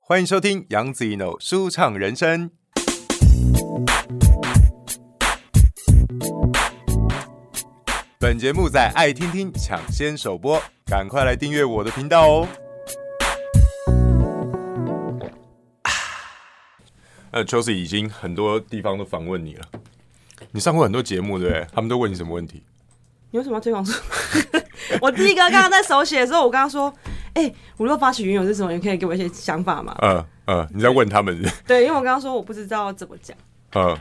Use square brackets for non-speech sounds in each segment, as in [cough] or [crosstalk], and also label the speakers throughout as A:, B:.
A: 欢迎收听杨子一 n o 舒畅人生。本节目在爱听听抢先首播，赶快来订阅我的频道哦。呃 c h e l s e a 已经很多地方都访问你了，你上过很多节目，对不对？他们都问你什么问题？
B: 你为什么要推广出？ [laughs] 我第一个刚刚在手写的时候，我跟他说：“哎、五六八起云友是什么？你可以给我一些想法吗
A: 嗯嗯，你在问他们 [laughs] 是不是？？”
B: 对，因为我刚刚说我不知道怎么讲。
A: 嗯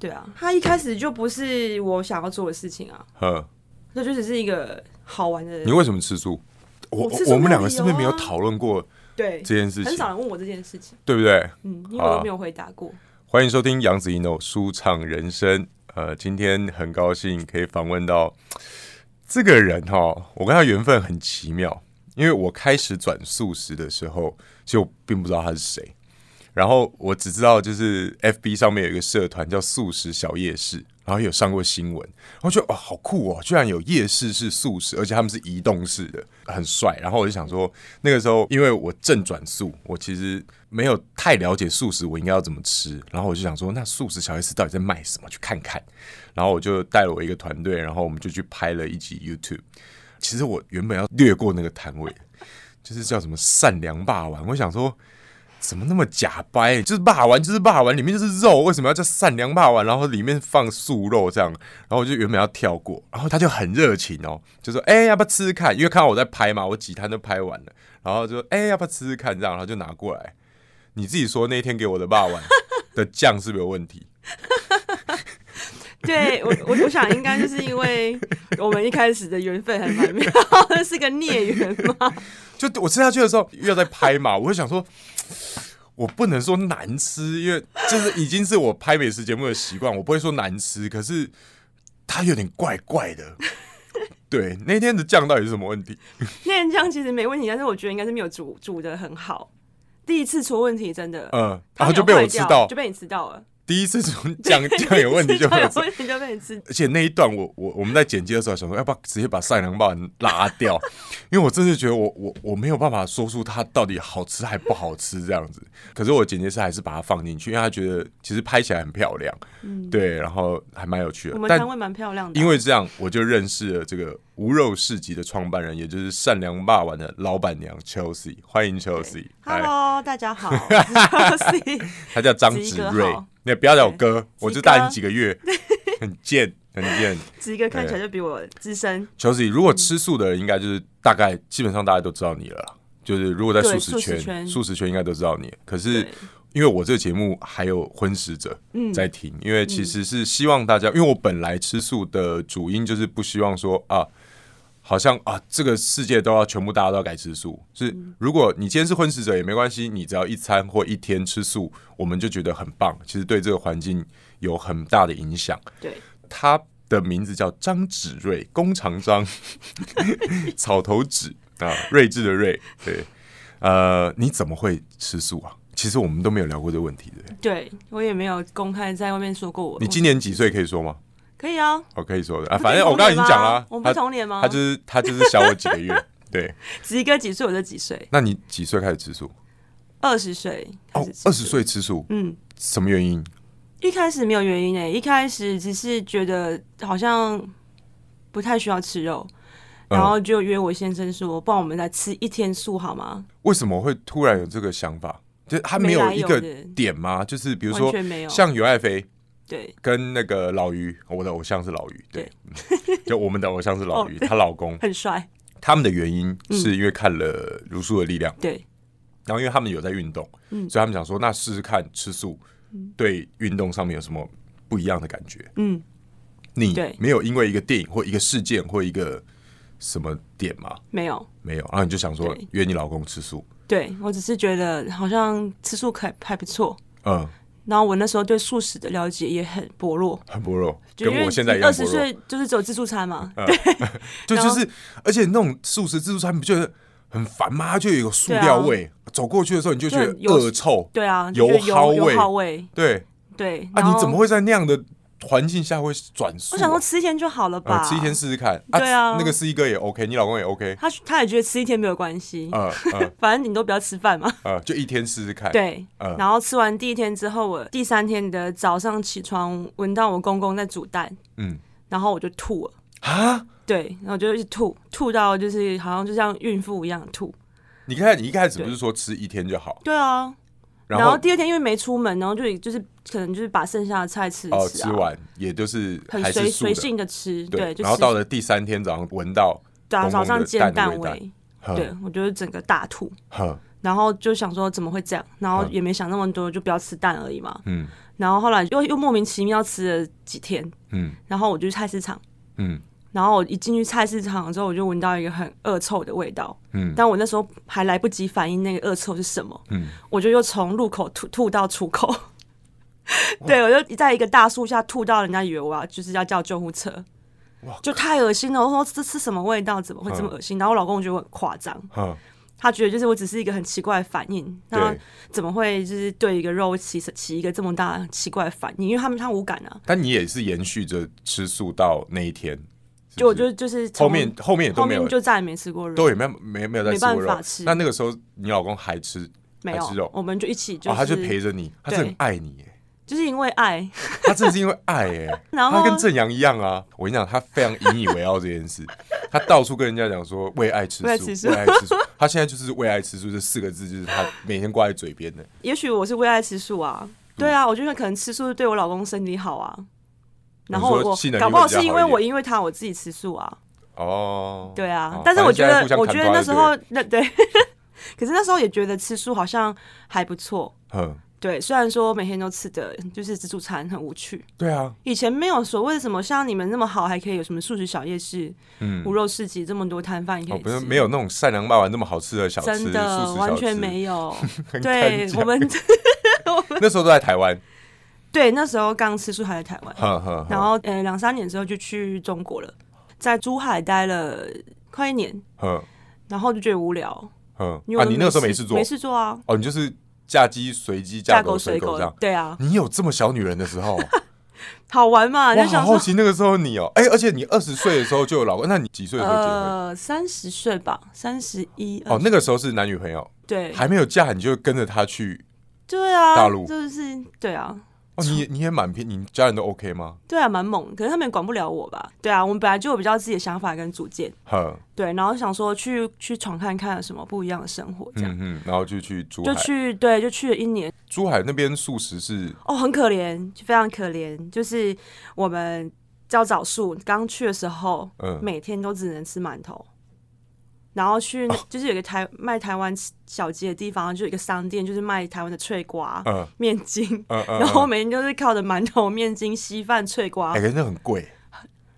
B: 对啊，他一开始就不是我想要做的事情啊，
A: 嗯，
B: 那就只是一个好玩的
A: 你。为什么吃素？我
B: 我吃素
A: 我们两个是不是
B: 没
A: 没
B: 有
A: 有
B: 啊
A: 讨论过
B: 对，
A: 这件事
B: 很
A: 情
B: 少？人问我这件事情，
A: 对不对？
B: 嗯，因为
A: 好啊
B: 我都没有回答过。
A: 欢迎收听杨子一诺舒畅人生。呃，今天很高兴可以访问到这个人哈、我跟他缘分很奇妙，因为我开始转素食的时候，其实我并不知道他是谁，然后我只知道就是 FB 上面有一个社团叫素食小夜市，然后有上过新闻，然后就哇好酷哦，居然有夜市是素食，而且他们是移动式的，很帅。然后我就想说，那个时候因为我正转素，我其实没有太了解素食我应该要怎么吃，然后我就想说，那素食小夜市到底在卖什么？去看看。然后我就带了我一个团队，然后我们就去拍了一集 YouTube。其实我原本要略过那个摊位，就是叫什么善良霸王，我想说。怎么那么假掰？就是霸丸，就是霸丸，里面就是肉，为什么要叫善良霸丸？然后里面放素肉这样，然后我就原本要跳过，然后他就很热情哦，就说：“哎、要不要吃吃看？”因为看到我在拍嘛，我几摊都拍完了，然后就说：“哎、要不要吃吃看？”这样，然后就拿过来。你自己说那天给我的霸丸的酱是不是有问题？
B: 对我，我我想应该就是因为我们一开始的缘分还蛮妙， [laughs] 是个孽缘嘛。 [laughs]
A: 就我吃下去的时候又在拍嘛， [laughs] 我就想说，我不能说难吃，因为就是已经是我拍美食节目的习惯，我不会说难吃，可是它有点怪怪
B: [laughs]
A: 的。对，那天的酱到底是什么问题？
B: 那人酱其实没问题，但是我觉得应该是没有煮煮的很好，第一次出问题真的。
A: 嗯，
B: 它
A: 然后
B: 没有
A: 就被我
B: 坏
A: 吃
B: 掉
A: 到
B: 就，被你吃到了。
A: 第一次从酱酱有问题就被我
B: 有
A: 吃
B: 问题就被你吃。
A: 而且那一段我我我们在剪辑的时候想说，要不要直接把善良霸王拉
B: [laughs]
A: 掉？因为我真的觉得我我我没有办法说出它到底好吃还不好吃这样子。可是我剪辑师还是把它放进去，因为他觉得其实拍起来很漂亮，对，然后还蛮有趣的
B: 嗯我。们
A: 但
B: 摊位蛮漂亮的啊，
A: 因为这样，我就认识了这个无肉市集的创办人，也就是善良霸王的老板娘 Chelsea，欢迎 Chelsea。嗨，
B: Hello 大
A: [laughs]
B: 家好，我是 Rosie
A: 她叫张
B: 子怡
A: 子
B: 哥
A: 睿
B: 好，
A: 那不要叫我哥，我
B: 子怡
A: 就大
B: 哥
A: 你几个月，很贱，很贱。
B: 子一个看起来就比我资深，
A: 球子，如果吃素的人，应该就是大概基本上大家都知道你了啦。就是如果在素
B: 对
A: 食
B: 素食
A: 圈，素食圈
B: 圈
A: 应该都知道你。可是
B: 对嗯
A: 因为我这个节目还有荤食者在听，因为其实是希望大家，因为我本来吃素的主因就是不希望说啊，好像啊这个世界都要全部大家都要改吃素。是
B: 嗯
A: 如果你今天是荤食者也没关系，你只要一餐或一天吃素，我们就觉得很棒。其实对这个环境有很大的影响。
B: 对，
A: 他的名字叫张芷睿，弓长张， [laughs] 草头芷啊，睿智的睿。对，呃，你怎么会吃素啊？其实我们都没有聊过这个问题的。对不对
B: 对我也没有公开在外面说过我。
A: 你今年几岁可以说吗？
B: 可以啊，
A: 我可以说的啊，
B: 不是
A: 反正我
B: 同
A: 刚刚已
B: 年
A: 经讲
B: 吗
A: 了啊，
B: 我们
A: 他
B: 不同年吗
A: 他就是他就是小我几个
B: [laughs]
A: 月。对，
B: 子一哥几岁我就几岁，
A: 那你几岁开始吃素？
B: 二十岁开
A: 哦
B: 始吃，
A: 二十岁吃素，
B: 嗯，
A: 什么原因？
B: 一开始没有原因诶、欸一开始只是觉得好像不太需要吃肉，
A: 嗯
B: 然后就约我先生说，不然我们来吃一天素好吗？
A: 为什么会突然有这个想法？就他没有
B: 没来
A: 一
B: 由
A: 个
B: 的
A: 点吗？就是比如
B: 完
A: 说
B: 全没有，
A: 像尤爱妃，
B: 对
A: 跟那个老于，我的偶像是老于，对，嗯 [laughs] 就我们的偶像是老于，
B: 哦嗯
A: 她老公，
B: 很帅，
A: 他们的原因是因为看了《如素的力量》，
B: 对
A: 然后因为他们有在运动，
B: 嗯
A: 所以他们想说，那试试看吃素对运动上面有什么不一样的感觉？
B: 嗯。
A: 你
B: 对
A: 没有因为一个电影或一个事件或一个什么点吗？
B: 没有，
A: 没有，然后你就想说
B: 对
A: 约你老公吃素，
B: 对我只是觉得好像吃素还还不错，
A: 嗯，
B: 然后我那时候对素食的了解也很薄弱，
A: 很薄弱，
B: 就
A: 跟
B: 因为
A: 我现在一样薄
B: 二十
A: 弱。嗯
B: 岁就是只有自助餐嘛，
A: 对，
B: 然
A: 就
B: 后
A: 是，而且那种素食自助餐，你不觉得很烦吗？它就有一个塑料味，走过去的时候你就觉得
B: 啊就有
A: 恶臭。
B: 对啊，
A: 油
B: 就是油
A: 蒿味
B: 油耗味，
A: 对
B: 对
A: 啊，你怎么
B: 会？
A: 会在那样的环境下会转素、
B: 我想说吃一天就好了
A: 呃
B: 吧，
A: 吃一天试试看
B: 对啊
A: 那个司仪哥也 OK，你老公也 OK，
B: 他他也觉得吃一天没有关系，
A: 呃呃
B: [laughs] 反正你都不要吃饭嘛。
A: 呃，就一天试试看。，
B: 对，
A: 嗯
B: 然后吃完第一天之后，我第三天的早上起床闻到我公公在煮蛋，
A: 嗯
B: 然后我就吐了。
A: 啊，
B: 对，然后我就一直吐，吐到就是好像就像孕妇一样吐。
A: 你看你一开始不是说吃一天就好，
B: 对啊，
A: 然
B: 然
A: 后
B: 后第二天因为没出门，然后就就是可能就是把剩下的菜吃一
A: 哦
B: 吃啊，
A: 吃完也就是
B: 很
A: 还
B: 随
A: 是素
B: 随
A: 的，
B: 性的吃，
A: 对
B: 对，，就
A: 然后到
B: 了
A: 了第三天早上闻到
B: 对啊
A: 公
B: 早
A: 公
B: 上
A: 的
B: 煎
A: 蛋的嗯味
B: 味，
A: 呵
B: 对我就是整个大吐，
A: 呵
B: 然后就想说怎么会这样，然后
A: 嗯
B: 也没想那么多，就不要吃蛋而已嘛。
A: 嗯
B: 然后后来又又莫名其妙吃了几天，
A: 嗯
B: 然后我就去菜市场，
A: 嗯
B: 然后我一进去菜市场之后，我就闻到一个很恶臭的味道，
A: 嗯
B: 但我那时候还来不及反应那个恶臭是什么，
A: 嗯，
B: 我就又从入口吐吐到出口。对，我就在一个大树下吐到，人家以为我要就是要叫救护车，就太恶心了。我说这是什么味道？怎么会这么恶心？然后我老公觉得我很夸张，
A: 呵
B: 他觉得就是我只是一个很奇怪的反应，那
A: 对，
B: 怎么会就是对一个肉起起一个这么大的奇怪的反应？因为他们他无感啊，
A: 但你也是延续着吃素到那一天，是
B: 就我
A: 不是
B: 就就是从
A: 后面后面也都
B: 后
A: 没有
B: 面就再也没吃过肉，
A: 都也没有没没有再
B: 没
A: 吃过
B: 办
A: 肉
B: 法吃
A: 那那个时候你老公还吃
B: 没
A: 还吃
B: 有
A: 肉，
B: 我们就一起就是、
A: 哦，他就陪着你，他真的很
B: 对
A: 爱你耶。
B: 就是因为爱，
A: 他真的是因为爱耶，
B: [laughs] 然
A: 他
B: 后
A: 跟正阳一样啊！我跟你讲，他非常引以为傲这件
B: [laughs]
A: 事，他到处跟人家讲说为爱吃素，
B: 为爱吃素
A: 为爱吃素。他现在就是为爱吃素这四个字，就是他每天挂在嘴边的。
B: 也许我是为爱吃素啊，
A: 嗯
B: 对啊，我觉得可能吃素对我老公身体好啊。然后
A: 你说
B: 我
A: 性能力
B: 搞不好
A: 会比较
B: 是因
A: 好
B: 为
A: 一点
B: 我因为他我自己吃素啊，
A: 哦，
B: 对啊。
A: 哦
B: 但是我觉
A: 反
B: 得
A: 正现在互
B: 我
A: 相
B: 觉
A: 砍啊瓜
B: 得
A: 就
B: 那时候那 [laughs] 对，可是那时候也觉得吃素好像还不错。
A: 嗯，
B: 对，虽然说每天都吃的就是自助餐很无趣，
A: 对啊，
B: 以前没有所谓的什么像你们那么好，还可以有什么素食小夜市、
A: 嗯
B: 无，肉市集这么多摊贩可
A: 哦，
B: 以
A: 不
B: 吃，
A: 是没有那种善良霸王那么好吃的小吃，素
B: 真
A: 食
B: 的
A: 小吃
B: 完全。没
A: [laughs]
B: 有。
A: 很
B: 对
A: 干净
B: 我们 [laughs]
A: 那时候都在台湾，
B: 对那时候刚吃素还在台湾，
A: 哼哼，哼
B: 然后呃两三年之后就去中国了，在珠海待了快一年，
A: 哼
B: 然后就觉得无聊，
A: 哼
B: 因为
A: 啊，
B: 我
A: 你
B: 都
A: 那时候
B: 没
A: 没事做
B: 没事做啊，
A: 哦，你就是嫁鸡随鸡，嫁狗随狗这样。
B: 对啊，
A: 你有这么小女人的时
B: [laughs]
A: 候，
B: 好玩嘛，
A: 我
B: 就
A: 好
B: 想
A: 好
B: 说
A: 奇那个时候你哦，哎、而且你二十岁的时候就有老公，那你几岁的时候结婚？
B: 呃三十岁吧，三十一
A: 哦，那个时候是男女朋友，
B: 对
A: 还没有嫁，你就跟着他去。
B: 对啊，
A: 大陆
B: 就是对啊。
A: 哦，你也你也蛮偏，你家人都 OK 吗？
B: 对啊，蛮猛，可是他们也管不了我吧？对啊，我们本来就有比较自己的想法跟主见，
A: 呵，
B: 对，然后想说去去闯看看有什么不一样的生活，这样、
A: 嗯嗯，然后就去珠海
B: 就，去对，就去了一年，
A: 珠海那边素食是
B: 哦，很可怜，非常可怜，就是我们较早树刚去的时候，
A: 嗯
B: 每天都只能吃馒头。然后去
A: 哦
B: 那、就是有一个台卖台湾小鸡的地方，就有一个商店，就是卖台湾的脆瓜、
A: 嗯
B: [laughs] 面筋，
A: 嗯嗯，
B: 然后
A: 嗯
B: 每天就是靠着馒头、面筋、稀饭、脆瓜
A: 哎、。可是那很贵，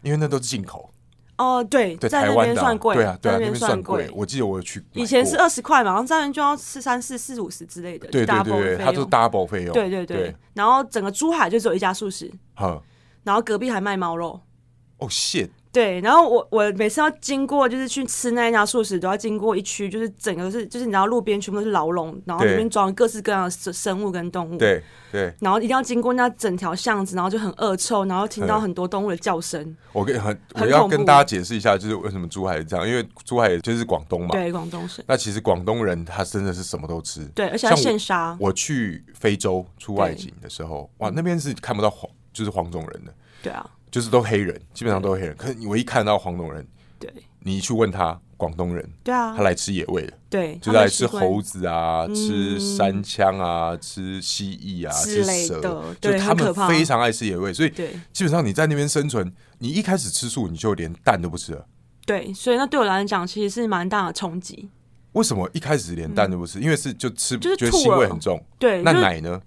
A: 因为那都是进口，
B: 哦，对，
A: 对
B: 在
A: 台
B: 那
A: 湾
B: 边
A: 的啊、
B: 算贵，
A: 对啊对啊，
B: 在
A: 那
B: 边
A: 算
B: 贵。
A: 我记得我有去买过，
B: 以前是二十块嘛，然后在那边就要吃三四四五十之类的，
A: 对对
B: double
A: 对对，
B: 的费
A: 它就是
B: 用
A: double 费用，
B: 对对对。然后整个珠海就只有一家素食，
A: 呵，
B: 然后隔壁还卖猫肉。
A: 哦 shit，
B: 对，然后我我每次要经过，就是去吃那一家素食，都要经过一区，就是整个是就是你知道路边全部都是牢笼，然后
A: 对
B: 里面装各式各样的生生物跟动物，
A: 对对，
B: 然后一定要经过那整条巷子，然后就很恶臭，然后听到
A: 嗯
B: 很多动物的叫声。
A: 我跟很我
B: 很
A: 要
B: 恐
A: 跟
B: 怖
A: 大家解释一下，就是为什么珠海是这样，因为珠海就是广东嘛。
B: 对，广东省，
A: 那其实广东人他真的是什么都吃。
B: 对，而且
A: 像
B: 还
A: 我
B: 现杀，
A: 我去非洲出外
B: 对
A: 景的时候，哇，那边是看不到黄，就是黄种人的，
B: 对啊，
A: 就是都黑人，基本上都黑人。可是你唯一看到黄种人，
B: 对
A: 你一去问他广东人，
B: 对啊
A: 他，来吃野味的，
B: 对，
A: 就是
B: 他们
A: 来吃
B: 习惯
A: 猴子啊，吃山羌啊，吃蜥蜴啊，
B: 嗯之
A: 吃
B: 类
A: 蛇
B: 的，
A: 就
B: 对
A: 他
B: 很可
A: 们
B: 怕
A: 非常爱吃野味，所以
B: 对
A: 基本上你在那边生存，你一开始吃素，你就连蛋都不吃了。
B: 对，所以那对我来讲其实是蛮大的冲击。
A: 为什么一开始连蛋都不吃？因为是就吃，
B: 嗯就是
A: 觉得
B: 吐
A: 腥味
B: 了
A: 很重。
B: 对，
A: 那
B: 就是
A: 奶呢？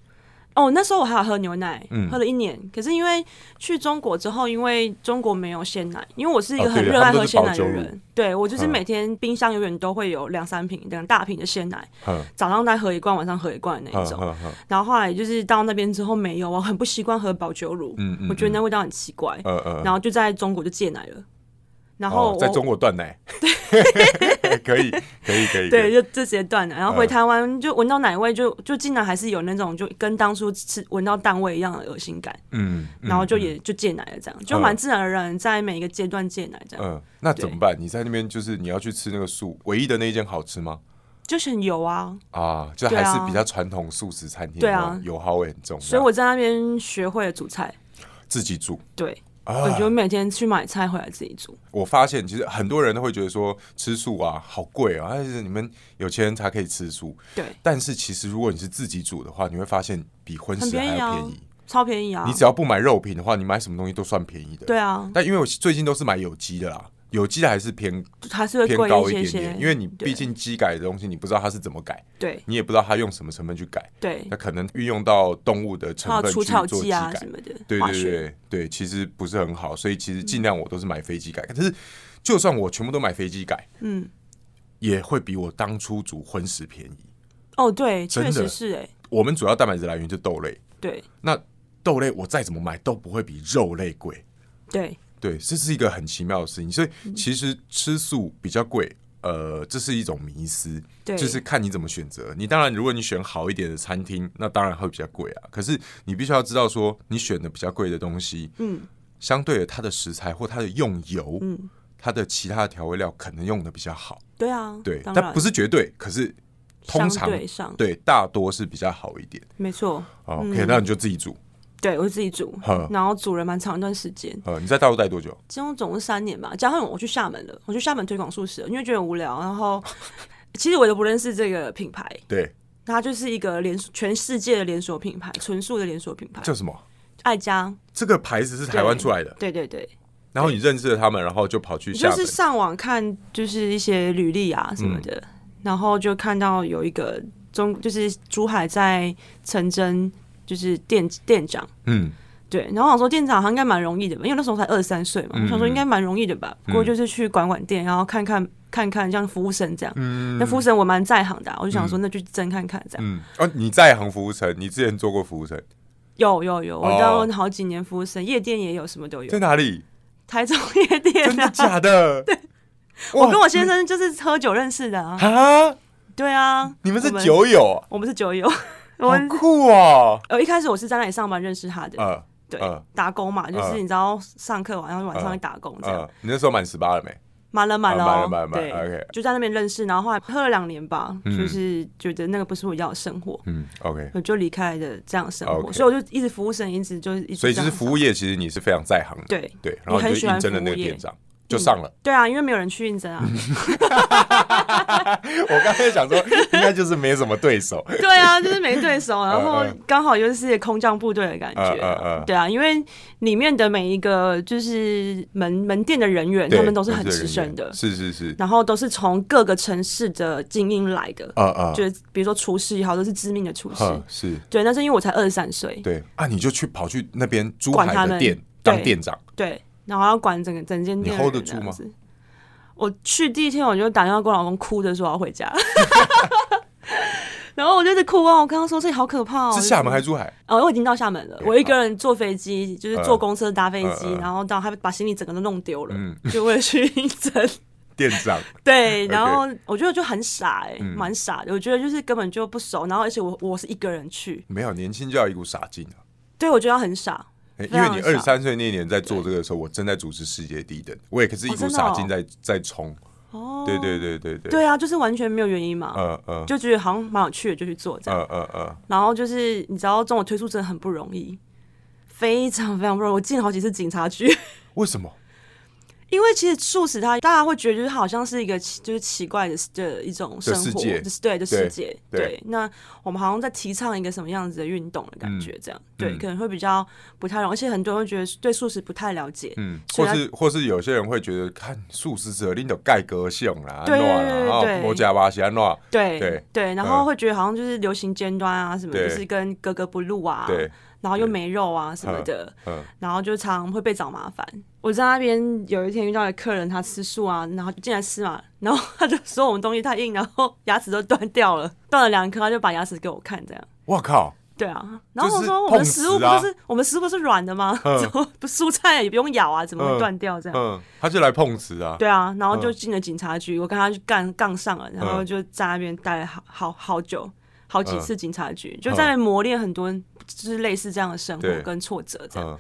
B: 哦，那时候我还有喝牛奶，
A: 嗯
B: 喝了一年。可是因为去中国之后，因为中国没有鲜奶，因为我是一
A: 哦
B: 个
A: 对
B: 很
A: 对
B: 热
A: 他们
B: 爱
A: 都
B: 喝
A: 是
B: 鲜
A: 保
B: 奶的
A: 酒
B: 人，对我就是
A: 嗯
B: 每天冰箱永远都会有两三瓶、两大瓶的鲜奶，
A: 哼
B: 早上再喝一罐，晚上喝一罐那
A: 哼
B: 一种。
A: 哼哼，
B: 然后后来就是到那边之后没有，我很不习惯喝保酒乳，
A: 嗯嗯
B: 我觉得那味道很奇怪，
A: 呃呃，
B: 然后就在中国就戒奶了。然后
A: 哦
B: 我、
A: 在中国断
B: [laughs]
A: 奶， [laughs] 可以可以可以，可
B: 对，
A: 以
B: 就就直接断了。然后回
A: 嗯
B: 台湾就闻到奶味就，就竟然还是有那种就跟当初吃闻到蛋味一样的恶心感，
A: 嗯，嗯
B: 然后就也就戒奶了，这样就蛮自然而然在每一个阶段戒奶这样。
A: 嗯，那怎么办？你在那边就是你要去吃那个素，唯一的那一间好吃吗？
B: 就是很油啊，
A: 啊，就
B: 对
A: 还
B: 啊
A: 是比较传统素食餐厅，哦
B: 对啊
A: 油耗味很重，
B: 所以我在那边学会了煮菜。
A: 自己煮。
B: 对，
A: 啊
B: 我就每天去买菜回来自己煮。
A: 我发现其实很多人都会觉得说吃素啊好贵啊，但是你们有钱人才可以吃素。
B: 对，
A: 但是其实如果你是自己煮的话，你会发现比荤
B: 很
A: 食还
B: 便宜
A: 要
B: 啊，
A: 便宜。
B: 超便宜啊
A: 你！只要不买肉品的话，你买什么东西都算便宜的。
B: 对啊，
A: 但因为我最近都是买有机的啦，有机的还是偏
B: 还是会
A: 偏
B: 贵
A: 高一
B: 些
A: 点
B: 些，
A: 点，因为你
B: 对
A: 毕竟机改的东西，你不知道它是怎么改，
B: 对
A: 你也不知道它用什么成分去改，
B: 对
A: 那，可能运用到动物的
B: 还
A: 成
B: 有
A: 分
B: 除
A: 去
B: 草
A: 做机
B: 剂啊
A: 改
B: 什。么的，
A: 对
B: 化
A: 对
B: 学
A: 对对，其实不是很好，所以其实尽量我都是买飞机改，可是就算我全部都买飞机改，
B: 嗯，
A: 也会比我当初煮荤食便宜。
B: 哦对，
A: 真
B: 确
A: 的
B: 实是哎、
A: 我们主要蛋白质来源就豆类，
B: 对
A: 那豆类我再怎么买都不会比肉类贵，
B: 对
A: 对，这是一个很奇妙的事情。所以其实吃素比较贵，呃，这是一种迷思，
B: 对，
A: 就是看你怎么选择。你当然，如果你选好一点的餐厅，那当然会比较贵啊。可是你必须要知道说，你选的比较贵的东西，
B: 嗯
A: 相对的它的食材或它的用油，
B: 嗯，
A: 它的其他的调味料可能用的比较好，
B: 对啊，
A: 对，
B: 当
A: 但
B: 然
A: 不是绝对，可是通常
B: 相对上，嗯
A: 对大多是比较好一点。
B: 没错，
A: 哦 OK，、那你就自己煮。
B: 对我自己煮
A: 呵，
B: 然后煮了蛮长一段时间，
A: 呃，你在大陆待多久？
B: 这种总共三年吧，加上我去厦门了，我去厦门推广素食了，因为觉得很无聊，然后 [laughs] 其实我都不认识这个品牌，
A: 对，
B: 它就是一个连锁全世界的连锁品牌，纯素的连锁品牌，
A: 叫什么？
B: 爱家，
A: 这个牌子是台湾
B: 对
A: 出来的，
B: 对对对，
A: 然后你认识了他们，然后就跑去
B: 你
A: 厦
B: 就
A: 门。
B: 是上网看就是一些履历啊什么的，
A: 嗯
B: 然后就看到有一个中就是珠海在成真就是店店长。
A: 嗯，
B: 对，然后我想说店长好像应该蛮容易的吧，因为那时候才二三岁嘛，我想
A: 嗯
B: 说应该蛮容易的吧，不过就是去管管店，然后看看看看像服务生这样，那服务生我蛮在行的啊、我就想说那就真看看这样，
A: 嗯，哦，你在行服务生，你之前做过服务生，
B: 有有有，我
A: 哦
B: 当好几年服务生，夜店也有，什么都有
A: 在，哪
B: [laughs]
A: 里？
B: 台中夜
A: 真
B: 店
A: 的
B: 啊，
A: 假的？对，
B: 我跟我先生就是喝酒认识的啊，
A: 啊，
B: 对啊，
A: 你们是
B: 我
A: 酒友，
B: 我们是酒友，我
A: 好
B: 们
A: 酷哦。
B: 呃一开始我是在那里上班认识他的，
A: 呃
B: 对
A: 呃，
B: 打工嘛，就是
A: 呃
B: 你知道上课完然后晚上
A: 呃
B: 去打工这样。
A: 呃，你那时候满十八了没？
B: 满了满了、
A: 啊
B: 哦，
A: 满了满了
B: 对
A: 满了，OK
B: 就在那边认识，然后后来喝了两年吧，
A: 嗯
B: 就是觉得那个不是我要的生活，
A: 嗯，OK。
B: 我就离开了这样的生活
A: OK
B: 所以我就一直服务生，一直就是一直
A: 所以就是
B: 这样
A: 服务业，其实你是非常在行的，
B: 对
A: 对，然后你
B: 很
A: 就
B: 喜
A: 应
B: 欢
A: 征了那个
B: 服务业
A: 店长，就上了。
B: 对啊，因为没有人去
A: [laughs]
B: 应征啊，嗯
A: 我刚才想说，应该就是没什么对手，
B: 对啊，就是没对手，然后
A: 嗯
B: 刚好又是空降部队的感觉。
A: 嗯嗯嗯
B: 对啊，因为里面的每一个就是门门店的人员，
A: 对
B: 他们都是很
A: 人
B: 资深
A: 员
B: 的，
A: 是是是，
B: 然后都是从各个城市的精英来的，
A: 啊啊，
B: 就是比如说厨师也好，都是知名的厨师。
A: 哼是，
B: 对，但是因为我才二十三岁，
A: 对啊，你就去跑去那边珠
B: 管
A: 海
B: 他
A: 的
B: 们
A: 店
B: 对
A: 当店长，
B: 对，然后要管整个整间店的
A: 你 hold 得
B: 人这
A: 住
B: 样
A: 吗
B: 子？我去第一天我就打电话给我老公，哭着说我要回
A: [laughs]
B: 家，然后我就是哭啊！我刚刚说这里好可怕哦，
A: 是
B: 就是
A: 厦门还是珠海？
B: 哦，我已经到厦门了，我一个人坐飞机，就是坐公车搭飞机
A: 嗯嗯，嗯
B: 然后到他把行李整个都弄丢了
A: 嗯，
B: 就为了去应
A: [laughs]
B: 征。
A: 店长， [laughs]
B: 对，
A: OK 嗯
B: 然后我觉得就很傻哎，蛮傻的。我觉得就是根本就不熟，然后而且我我是一个人去，
A: 没有年轻就要一股傻劲啊！
B: 对我觉得很傻。
A: 欸因
B: 非
A: 为
B: 常
A: 你二
B: 少
A: 十三岁那年在做这个的时候，我正在主持世界第一等，我也可是一
B: 哦
A: 股
B: 真的
A: 傻
B: 哦
A: 劲在在冲。
B: 哦，
A: 对对对对对，
B: 对啊，就是完全没有原因嘛，
A: 嗯嗯
B: 就觉得好像蛮有趣的，就去做这样。
A: 嗯嗯嗯，
B: 然后就是你知道，中国推出真的很不容易，非常非常不容易。我进了好几次警察局， [laughs]
A: 为什么？
B: 因为其实素食它大家会觉得就是好像是一个奇就是奇怪的的一种生活，
A: 世界
B: 就是对的世界
A: 对对
B: 那我们好像在提倡一个什么样子的运动的感觉，这样、对，
A: 嗯
B: 可能会比较不太容易，而且很多人会觉得对素食不太了解。
A: 嗯，
B: 所
A: 或
B: 以他
A: 是或是有些人会觉得看素食者拎着盖格性啦，
B: 对
A: 诺
B: 对
A: 啦，
B: 对
A: 哦，
B: 对
A: 摩加巴西安诺，
B: 对
A: 对
B: 然
A: 嗯
B: 后会觉得好像就是流行尖端啊，什么
A: 对
B: 就是跟格格不入啊，
A: 对，
B: 然后又没肉啊什么的，
A: 嗯
B: 然后就常会被找麻烦。我在那边有一天遇到一个客人，他吃素啊，然后就进来吃嘛，然后他就说我们东西太硬，然后牙齿都断掉了，断了两颗，他就把牙齿给我看，这样。
A: 我靠，
B: 对啊，然后
A: 就
B: 我
A: 是
B: 说我们的
A: 碰
B: 食物
A: 瓷
B: 不
A: 啊
B: 就是我们食物不是软的吗？
A: 嗯
B: 怎么不蔬菜也不用咬啊？怎么
A: 嗯
B: 会断掉这样？
A: 嗯，他就来碰瓷啊，
B: 对啊，然后就
A: 嗯
B: 进了警察局，我跟他去干杠上了，然后就在那边待了好好好久，好几
A: 嗯
B: 次警察局，就在那边磨练很多就是类似这样的生活
A: 对
B: 跟挫折这样。
A: 嗯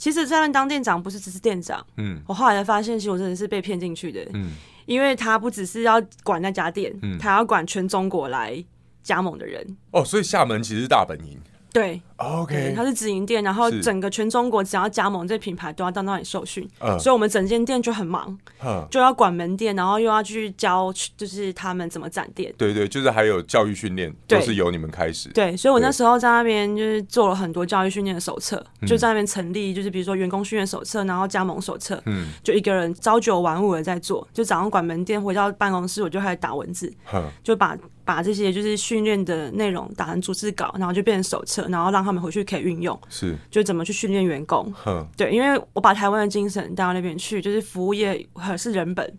B: 其实，在那边当店长不是只是店长，
A: 嗯
B: 我后来才发现，其实我真的是被骗进去的，
A: 嗯，
B: 因为他不只是要管那家店，
A: 嗯
B: 他要管全中国来加盟的人。
A: 哦，所以厦门其实是大本营
B: 对，对，
A: ，OK，
B: 它是直营店，然后
A: 是
B: 整个全中国只要加盟这品牌都要到那里受训，
A: 嗯
B: 所以我们整间店就很忙，
A: 嗯，
B: 就要管门店，然后又要去教，就是他们怎么展店。
A: 对对，就是还有教育训练
B: 对
A: 都是由你们开始，
B: 对，所以我那
A: 对
B: 时候在那边就是做了很多教育训练的手册，就
A: 嗯
B: 在那边成立，就是比如说员工训练手册，然后加盟手册，
A: 嗯
B: 就一个人朝九晚五的在做，就早上管门店，回到办公室我就开始打文字，
A: 哼，
B: 就把把这些就是训练的内容打成逐字稿，然后就变成手册，然后让他们回去可以运用，
A: 是，
B: 就怎么去训练员工。
A: 哼，
B: 对，因为我把台湾的精神带到那边去，就是服务业很是人本，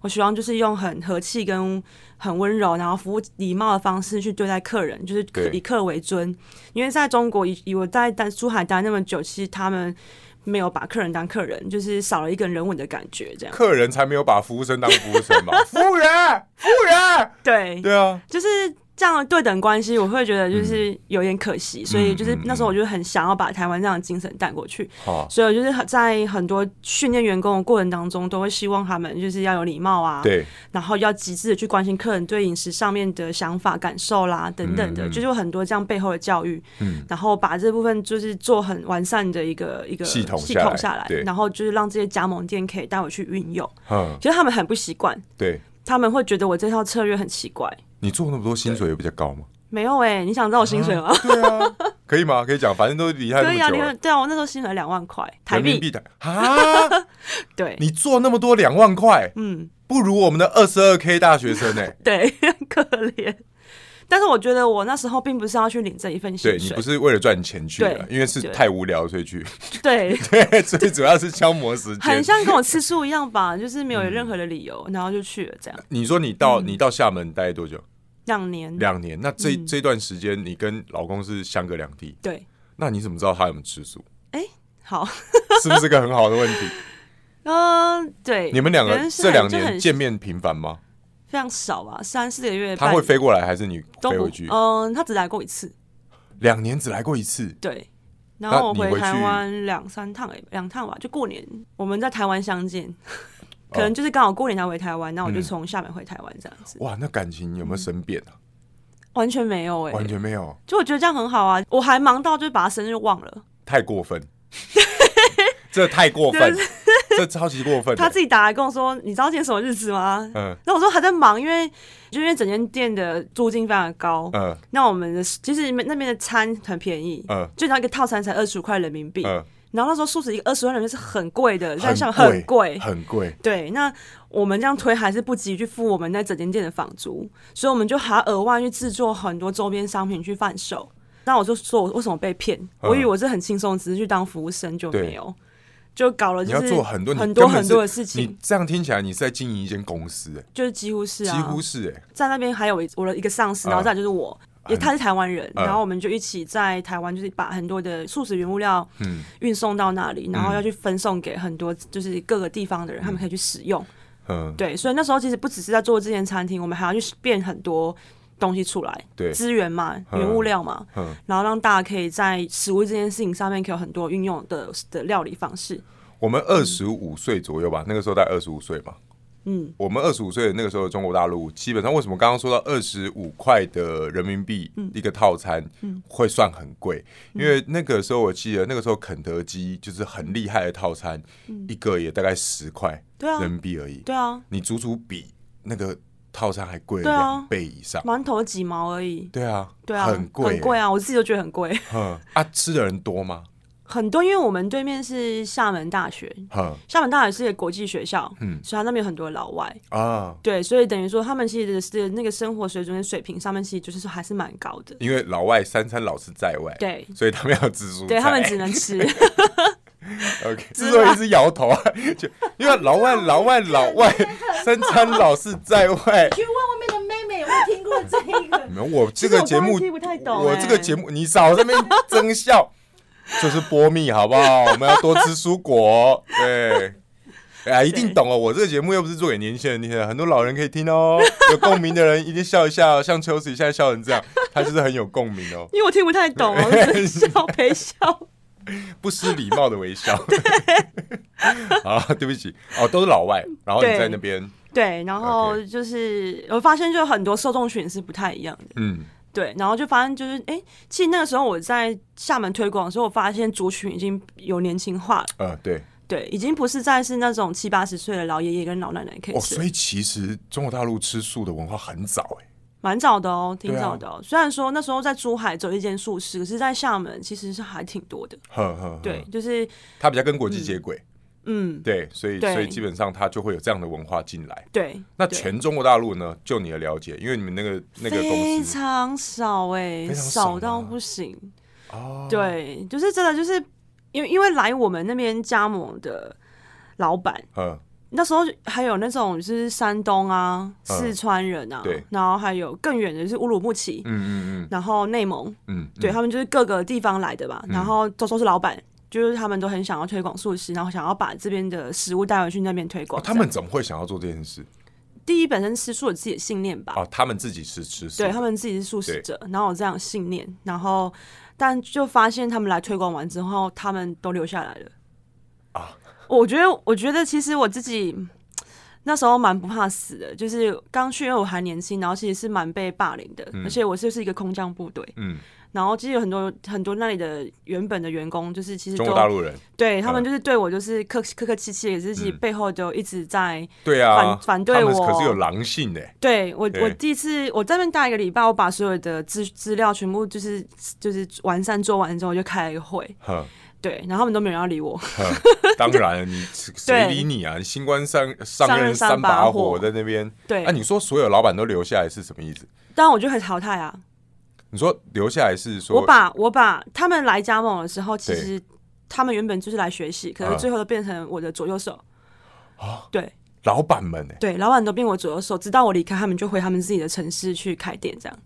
B: 我希望就是用很和气跟很温柔，然后服务礼貌的方式去对待客人，就是
A: 对
B: 以客为尊。因为在中国，以以我在丹珠海待那么久，其实他们没有把客人当客人，就是少了一个人文的感觉，这样
A: 客人才没有把服务生当服务生
B: [laughs]
A: 嘛，服务员，服务员，
B: 对。
A: 对啊，
B: 就是这样的对等关系，我会觉得就是有点可惜，所以就是那时候我就很想要把台湾这样的精神带过去，
A: 好，
B: 所以我就是在很多训练员工的过程当中，都会希望他们就是要有礼貌啊，
A: 对，
B: 然后要极致的去关心客人对饮食上面的想法、感受啦等等的，
A: 嗯嗯
B: 就是有很多这样背后的教育，
A: 嗯
B: 然后把这部分就是做很完善的一个一个
A: 系统
B: 系
A: 下
B: 统
A: 来
B: 下来
A: 对，
B: 然后就是让这些加盟店可以带我去运用，
A: 哼，
B: 其实他们很不习惯，
A: 对
B: 他们会觉得我这套策略很奇怪。
A: 你做那么多，薪水有比较高
B: [laughs]
A: 吗？
B: 没有哎、你想知道我薪水吗？
A: 对啊，可以吗？可以讲，反正都离开
B: 可
A: 那
B: 以啊，
A: 么
B: 你
A: 久
B: 看
A: 了，，
B: 对啊，我那时候薪水两万块台
A: 人民
B: 币，
A: 币的啊，
B: 对，
A: 你做那么多两万块，
B: 嗯，
A: 不如我们的二十二 K 大学生欸呢、
B: 对， [laughs] 可怜。但是我觉得我那时候并不是要去领这一份
A: 对
B: 薪
A: 你
B: 水
A: 不，是为了赚钱去的，
B: 对
A: 因为是
B: 对
A: 太无聊所以去， [laughs]
B: 对， [laughs]
A: 对，最主要是消磨时
B: 很
A: 间。
B: 像跟我吃素一样吧，就是没有
A: 嗯
B: 任何的理由，然后就去了这样
A: 你说你
B: 嗯
A: 到、你到厦门待多久？
B: 两年。
A: 两年。那这、
B: 嗯
A: 这段时间你跟老公是相隔两地，
B: 对，
A: 那你怎么知道他有没有吃素？
B: 好，
A: 是不是个很好的问
B: [laughs]
A: 题？
B: 嗯，对，
A: 你们两
B: 原
A: 个
B: 来是
A: 这
B: 很
A: 两
B: 就
A: 年
B: 很
A: 见面频繁吗？
B: 非常少吧，三四个月半，
A: 他会飞过来还是你
B: 都
A: 飞
B: 不
A: 回去？
B: 嗯，他只来过一次，
A: 两、年只来过一次，
B: 对。然后我
A: 那你回去
B: 台湾两三趟，哎，两趟吧，就过年我们在台湾
A: [laughs]
B: 相见，可能就是刚好过年他回台湾，那我就
A: 哦嗯
B: 从厦门回台湾这样子。
A: 哇，那感情有没有生变啊？
B: 完全没有哎、
A: 完全没有，
B: 就我觉得这样很好啊，我还忙到就是把他生日忘了，
A: 太过分， [laughs] 这太过
B: [laughs]
A: 分，这超级过分的。
B: 他自己打来跟我说，你知道今天什么日子吗？
A: 嗯
B: 那我说还在忙，因为就因为整间店的租金非常的高，
A: 嗯
B: 那我们的其实那边的餐很便宜，
A: 嗯
B: 就然后一个套餐才二十五块人民币，
A: 嗯，
B: 然后那时候素食一个二十块人民币是很贵的，在厦门
A: 很
B: 很贵，
A: 很贵，
B: 对，那我们这样推还是不急于去付我们那整间店的房租，所以我们就还要额外去制作很多周边商品去贩售。那我就说我为什么被骗？我以
A: 嗯
B: 为我是很轻松，只是去当服务生就没有，就搞了
A: 你
B: 就
A: 要
B: 是
A: 做很多，你
B: 很多
A: 根本
B: 很
A: 是
B: 多的事
A: 你
B: 情，
A: 这样听起来，你是在经营一间公司、欸，
B: 就是几乎是啊，
A: 几乎是哎、
B: 在那边还有我的一个上司，然后再来就是我。也他是台湾人，
A: 嗯
B: 然后我们就一起在台湾，就是把很多的素食原物料
A: 嗯
B: 运送到那里，然后
A: 嗯
B: 要去分送给很多就是各个地方的人，他们可以去使用。
A: 嗯，
B: 对，所以那时候其实不只是在做这间餐厅，我们还要去变很多东西出来，
A: 对
B: 资源嘛，
A: 嗯
B: 原物料嘛，
A: 嗯
B: 然后让大家可以在食物这件事情上面可以有很多运用的的料理方式。
A: 我们二十五岁左右吧，那个时候在二十五岁嘛。
B: 嗯，
A: 我们二十五岁的那个时候，中国大陆基本上为什么刚刚说到二十五块的人民币
B: 嗯
A: 一个套餐会算很贵？因为那个时候我记得那个时候肯德基就是很厉害的套餐，
B: 嗯
A: 一个也大概十块
B: 对啊
A: 人，民币而已，
B: 对啊，
A: 你足足比那个套餐还贵了
B: 对啊
A: 两倍以上。
B: 馒头几毛而已，
A: 对啊，
B: 对啊，
A: 很贵欸，
B: 啊，我自己都觉得很贵， [laughs]
A: 哼啊，吃的人多吗？
B: 很多，因为我们对面是厦门大学，
A: 哼
B: 厦门大学是一个国际学校，
A: 嗯
B: 所以它那边有很多老外，
A: 啊，
B: 对，所以等于说他们其实是那个生活水准跟水平上面，其实就是还是蛮高的，
A: 因为老外三餐老是在外，
B: 对，
A: 所以他们要吃蔬菜。
B: 对他们只能吃。
A: OK，
B: 知
A: 之
B: 道
A: 所以是摇头啊，就因
B: [laughs]
A: 为老外老外老外，三餐老是在外，
C: 去问外面的妹妹有没有听过
B: 了这一个。
A: 没有，我这个节目
B: 其实我刚刚听不太懂
A: 我
B: 欸
A: 这个节目你少在那边增效，就是波蜜好不好？我们要多吃蔬果，对。哎、
B: [laughs]
A: 呀，一定懂哦！我这个节目又不是做给年轻人听的，很多老人可以听哦。有共鸣的人一定笑一下、哦，像秋子现在笑成这
B: [laughs]
A: 样，他就是很有共鸣哦，
B: 因为我听不太懂哦，只能笑
A: [laughs]
B: 陪笑。
A: 不失礼貌的微
B: [laughs]
A: 笑。 [laughs] 啊，对不起，哦，都是老外，然后你
B: 对
A: 在那边，
B: 对，然后
A: OK
B: 就是我发现，就很多受众群是不太一样的。
A: 嗯，
B: 对，然后就发现就是，哎、其实那个时候我在厦门推广的时候，我发现族群已经有年轻化了。
A: 呃，对，
B: 对，已经不是再是那种七八十岁的老爷爷跟老奶奶可以
A: 哦，
B: 吃
A: 所以其实中国大陆吃素的文化很早哎、
B: 蛮早的哦，挺
A: 对啊
B: 早的、哦。虽然说那时候在珠海只有一间素食，可是在厦门其实是还挺多的。
A: 呵呵呵，
B: 对，就是
A: 它比较跟国际接轨，
B: 嗯，
A: 对，所以
B: 对
A: 所以基本上它就会有这样的文化进来。
B: 对，
A: 那
B: 对
A: 全中国大陆呢？就你的了解，因为你们那个那个
B: 非
A: 公司
B: 常少哎、
A: 非常少
B: 少到
A: 吗
B: 不行。
A: 哦，
B: 对，就是真的就是因为因为来我们那边加盟的老板，
A: 嗯，
B: 那时候还有那种就是山东啊、
A: 嗯
B: 四川人啊，
A: 对
B: 然后还有更远的就是乌鲁木齐，
A: 嗯嗯嗯
B: 然后内蒙，
A: 嗯，
B: 对
A: 嗯，
B: 他们就是各个地方来的嘛，然后都都是老板，就是他们都很想要推广素食，然后想要把这边的食物带回去那边推
A: 哦
B: 广。
A: 他们怎么会想要做这件事？
B: 第一本身吃素有自己的信念吧，
A: 哦，他们自己是吃素
B: 对
A: 的，
B: 他们自己是素食者，然后有这样的信念，然后但就发现他们来推广完之后，他们都留下来了。
A: 啊，
B: 我觉得，我觉得其实我自己嗯那时候蛮不怕死的，就是刚去，因为我还年轻，然后其实是蛮被霸凌的，而且我就是一个空降部队，
A: 嗯，
B: 然后其实有很多很多那里的原本的员工，就是其实都
A: 中国大陆嗯人，
B: 对他们就是对我就是客客客气气，也是自己
A: 嗯
B: 背后都一直在、
A: 对啊，
B: 反反对
A: 他们
B: 我
A: 可是有狼性欸的，
B: 对我
A: 对
B: 我第一次我在那边待一个礼拜，我把所有的资资料全部就是就是完善做完之后，我就开了一个会，
A: 呵，
B: 对，然后他们都没有人要理我，
A: 当然啊
B: [laughs]
A: 你谁理你啊？新官上上任
B: 上任三
A: 把
B: 把
A: 火
B: 火
A: 在那边，
B: 对，
A: 那啊你说所有老板都留下来是什么意思？
B: 当然我就很淘汰啊，
A: 你说留下来是说
B: 我把我把他们来加盟的时候，其
A: 对
B: 实他们原本就是来学习，可
A: 啊
B: 是最后都变成我的左右手，对
A: 老板们欸呢？
B: 对，老板都变我左右手，直到我离开，他们就回他们自己的城市去开店，这样，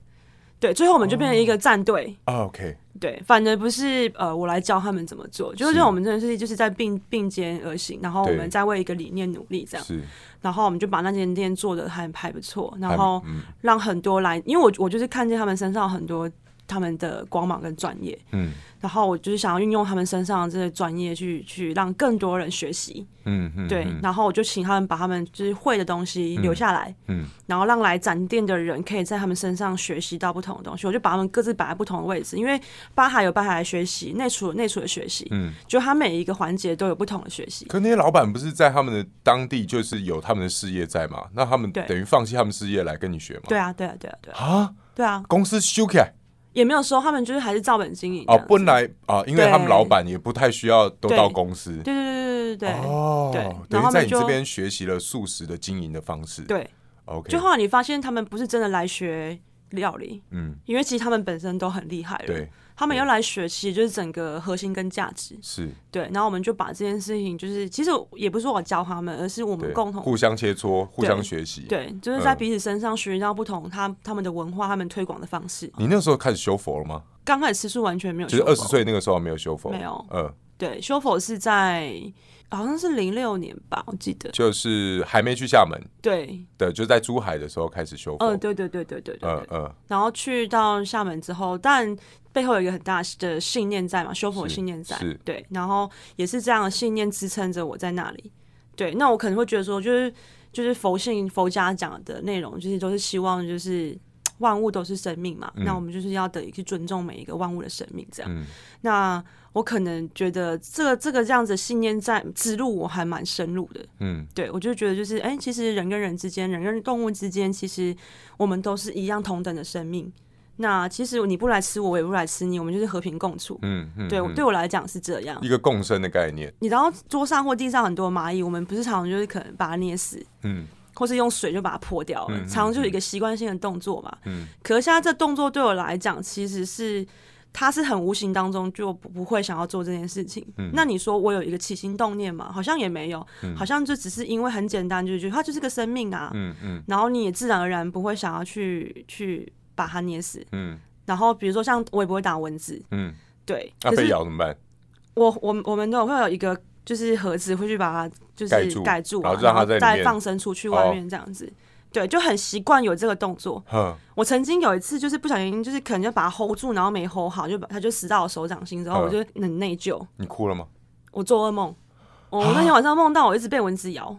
B: 对，最后我们就变成一个战队。
A: 啊，OK，
B: 对，反而不是呃，我来教他们怎么做，就是
A: 是
B: 让我们这件事情就是在并并肩而行，然后我
A: 对
B: 们再为一个理念努力这样，
A: 是，
B: 然后我们就把那间店做的还还不错，然后
A: 嗯
B: 让很多来，因为我我就是看见他们身上很多他们的光芒跟专业，
A: 嗯
B: 然后我就是想要运用他们身上的这些专业去去让更多人学习，
A: 嗯嗯，
B: 对，然后我就请他们把他们就是会的东西留下来，
A: 嗯
B: 然后让来展店的人可以在他们身上学习到不同的东西。我就把他们各自摆在不同的位置，因为巴海有巴海的学习，内厨有内厨的学习，
A: 嗯，
B: 就它每一个环节都有不同的学习。
A: 可那些老板不是在他们的当地就是有他们的事业在嘛？那他们
B: 对
A: 等于放弃他们事业来跟你学嘛？
B: 对啊，对啊，对啊，对啊，
A: 啊，
B: 对啊，
A: 公司修起来
B: 也没有说他们就是还是照本经营这
A: 哦，
B: 样子。
A: 本来啊，因为
B: 对
A: 他们老板也不太需要都到
B: 对
A: 公司
B: 对对对对对对
A: 哦
B: 对，然
A: 等
B: 后
A: 于
B: 他
A: 在
B: 们
A: 你这
B: 就
A: 边学习了素食的经营的方式。
B: 对，
A: ，OK，
B: 就后来你发现他们不是真的来学料理，
A: 嗯，
B: 因为其实他们本身都很厉害了。
A: 对，
B: 他们要来学，其实就是整个核心跟价值。
A: 是
B: 对，然后我们就把这件事情，就是其实也不是说我教他们，而是我们
A: 对，
B: 共同
A: 互相切磋，互
B: 对
A: 相学习。，
B: 对，就是在
A: 嗯
B: 彼此身上学习到不同他他们的文化，他们推广的方式。
A: 你那时候开始修佛了吗？
B: 刚开始吃素完全没有
A: 嗯就
B: 修
A: 是
B: 佛，
A: 二十岁那个时候没有修佛，
B: 没有
A: 嗯，
B: 对修佛是在好像是零六年吧，我记得。
A: 就是还没去厦门
B: 对，
A: 的，就在珠海的时候开始修佛。
B: 呃，对对对对对对
A: 哦嗯
B: 对。
A: 嗯，
B: 然后去到厦门之后，但背后有一个很大的信念在嘛，修佛的
A: 是
B: 信念在
A: 是，
B: 对，然后也是这样的信念支撑着我在那里。对，那我可能会觉得说，就是就是佛性佛家讲的内容，就是都是希望就是。万物都是生命嘛，那我们就是要得以去尊重每一个万物的生命，这样。
A: 嗯
B: 那我可能觉得这个这个这样子的信念在之路，我还蛮深入的。
A: 嗯，
B: 对我就觉得就是，哎、其实人跟人之间，人跟动物之间，其实我们都是一样同等的生命。那其实你不来吃我，我也不来吃你，我们就是和平共处。
A: 嗯嗯，
B: 对，
A: 嗯
B: 对我来讲是这样
A: 一。个共生的概念。
B: 你知道桌上或地上很多蚂蚁，我们不是常常就是可能把它捏死，
A: 嗯，
B: 或是用水就把它泼掉了，
A: 嗯嗯
B: 常常就有一个习惯性的动作嘛。
A: 嗯
B: 可是现在这动作对我来讲，其实是他是很无形当中就不不会想要做这件事情。
A: 嗯
B: 那你说我有一个起心动念嘛？好像也没有，好像就只是因为很简单，就是觉得它就是个生命啊，
A: 嗯嗯
B: 然后你也自然而然不会想要去去把它捏死。
A: 嗯
B: 然后比如说像我也不会打蚊子，
A: 嗯，
B: 对，
A: 那、
B: 可
A: 被
B: 是
A: 咬怎么办？
B: 我我们我们都有会有一个就是盒子会去把它就是
A: 盖住
B: 盖住啊，
A: 然后让它在里面
B: 再放生出去外面这样子。对，就很习惯有这个动作。
A: 哼，
B: 我曾经有一次就是不小心，就是可能就把它 hold 住，然后没 hold 好，就把它就死到我手掌心之后，
A: 嗯
B: 我就很内疚。
A: 你哭了吗？
B: 我做噩梦，我
A: 啊
B: 那天晚上梦到我一直被蚊子咬。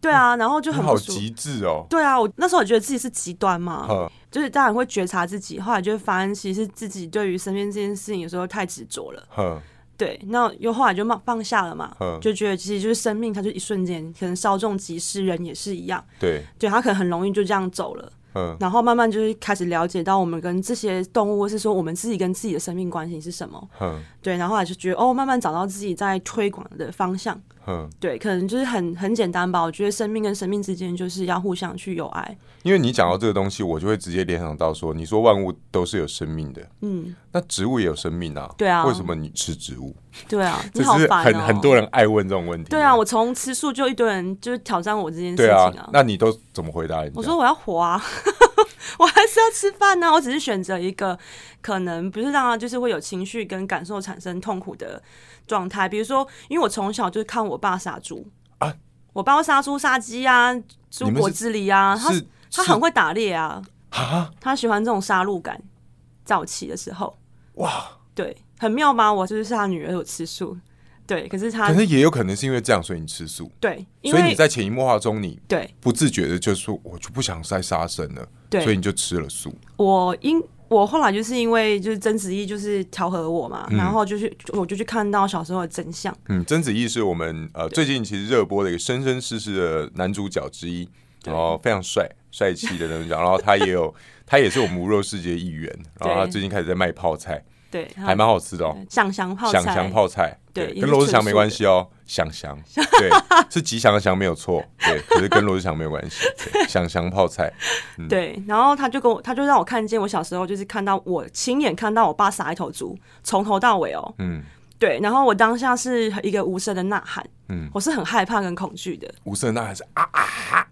B: 对啊，然后就
A: 你
B: [laughs] 很
A: 好
B: 不舒服。
A: 极嗯致哦，
B: 对啊，我那时候我觉得自己是极端嘛，
A: 哼，
B: 就是当然会觉察自己，后来就会发现其实自己对于身边这件事情有时候太执着了。
A: 哼，
B: 对，那又后来就放放下了嘛
A: 嗯，
B: 就觉得其实就是生命，它就一瞬间，可能稍纵即逝，人也是一样，
A: 对，
B: 对他可能很容易就这样走了。
A: 嗯
B: 然后慢慢就是开始了解到我们跟这些动物，或是说我们自己跟自己的生命关系是什么。
A: 哼
B: 对，然后后来就觉得哦，慢慢找到自己在推广的方向。
A: 哼，
B: 对，可能就是很很简单吧。我觉得生命跟生命之间就是要互相去有爱。
A: 因为你讲到这个东西，我就会直接联想到说，你说万物都是有生命的，
B: 嗯，
A: 那植物也有生命啊，
B: 对啊
A: 为什么你吃植物？
B: 对啊，你
A: 这
B: 好
A: 是
B: 烦
A: 很
B: 哦。
A: 很多人爱问这种问题。
B: 对啊，我从吃素就一堆人就是挑战我这件事
A: 对
B: 情
A: 啊
B: 啊。，
A: 那你都怎么回答人家？
B: 我说我要活啊， [laughs] 我还是要吃饭啊呢、我只是选择一个可能不是让他就是会有情绪跟感受产生痛苦的状态。比如说，因为我从小就是看我爸杀猪
A: 啊，
B: 我爸会杀猪、杀鸡啊，
A: 你
B: 猪
A: 们是
B: 果之梨啊，他
A: 是
B: 他
A: 是
B: 很会打猎啊，
A: 啊，
B: 他喜欢这种杀戮感。早期的时候，
A: 哇！
B: 对，很妙吗？我就是他女儿有吃素，对，可是他
A: 可是也有可能是因为这样，所以你吃素，
B: 对，啊因
A: 所以你
B: 为
A: 在潜移默化中，你
B: 对
A: 不自觉的就说我就不想再杀生了，
B: 对，
A: 所以你就吃了素。
B: 我因我后来就是因为就是曾子义就是调和我嘛，然后就是我就去看到小时候的真相，
A: 嗯，曾子义是我们呃最近其实热播的一个生生世世的男主角之一，然后非常帅帅气的男主角，然后他也
B: [laughs]
A: 有他也是我们无肉世界一员，然后他
B: 对
A: 最近开始在卖泡菜，
B: 对，
A: 还蛮好吃的哦，
B: 对酱香呃泡菜，
A: 想翔泡菜，
B: 对也
A: 跟
B: 是
A: 罗志祥
B: 纯
A: 没
B: 素
A: 关
B: 的
A: 系哦，想
B: [laughs]
A: 翔，对，是吉祥的祥没有错，对，可是跟罗志祥没有关系，
B: [laughs]
A: 对，想翔泡菜，
B: 对，然后他就跟我，他就让我看见我小时候就是看到我亲眼看到我爸杀一头猪，从头到尾哦，
A: 嗯，
B: 对，然后我当下是一个无声的呐喊，
A: 嗯
B: 我是很害怕跟恐惧的，
A: 无声那还是啊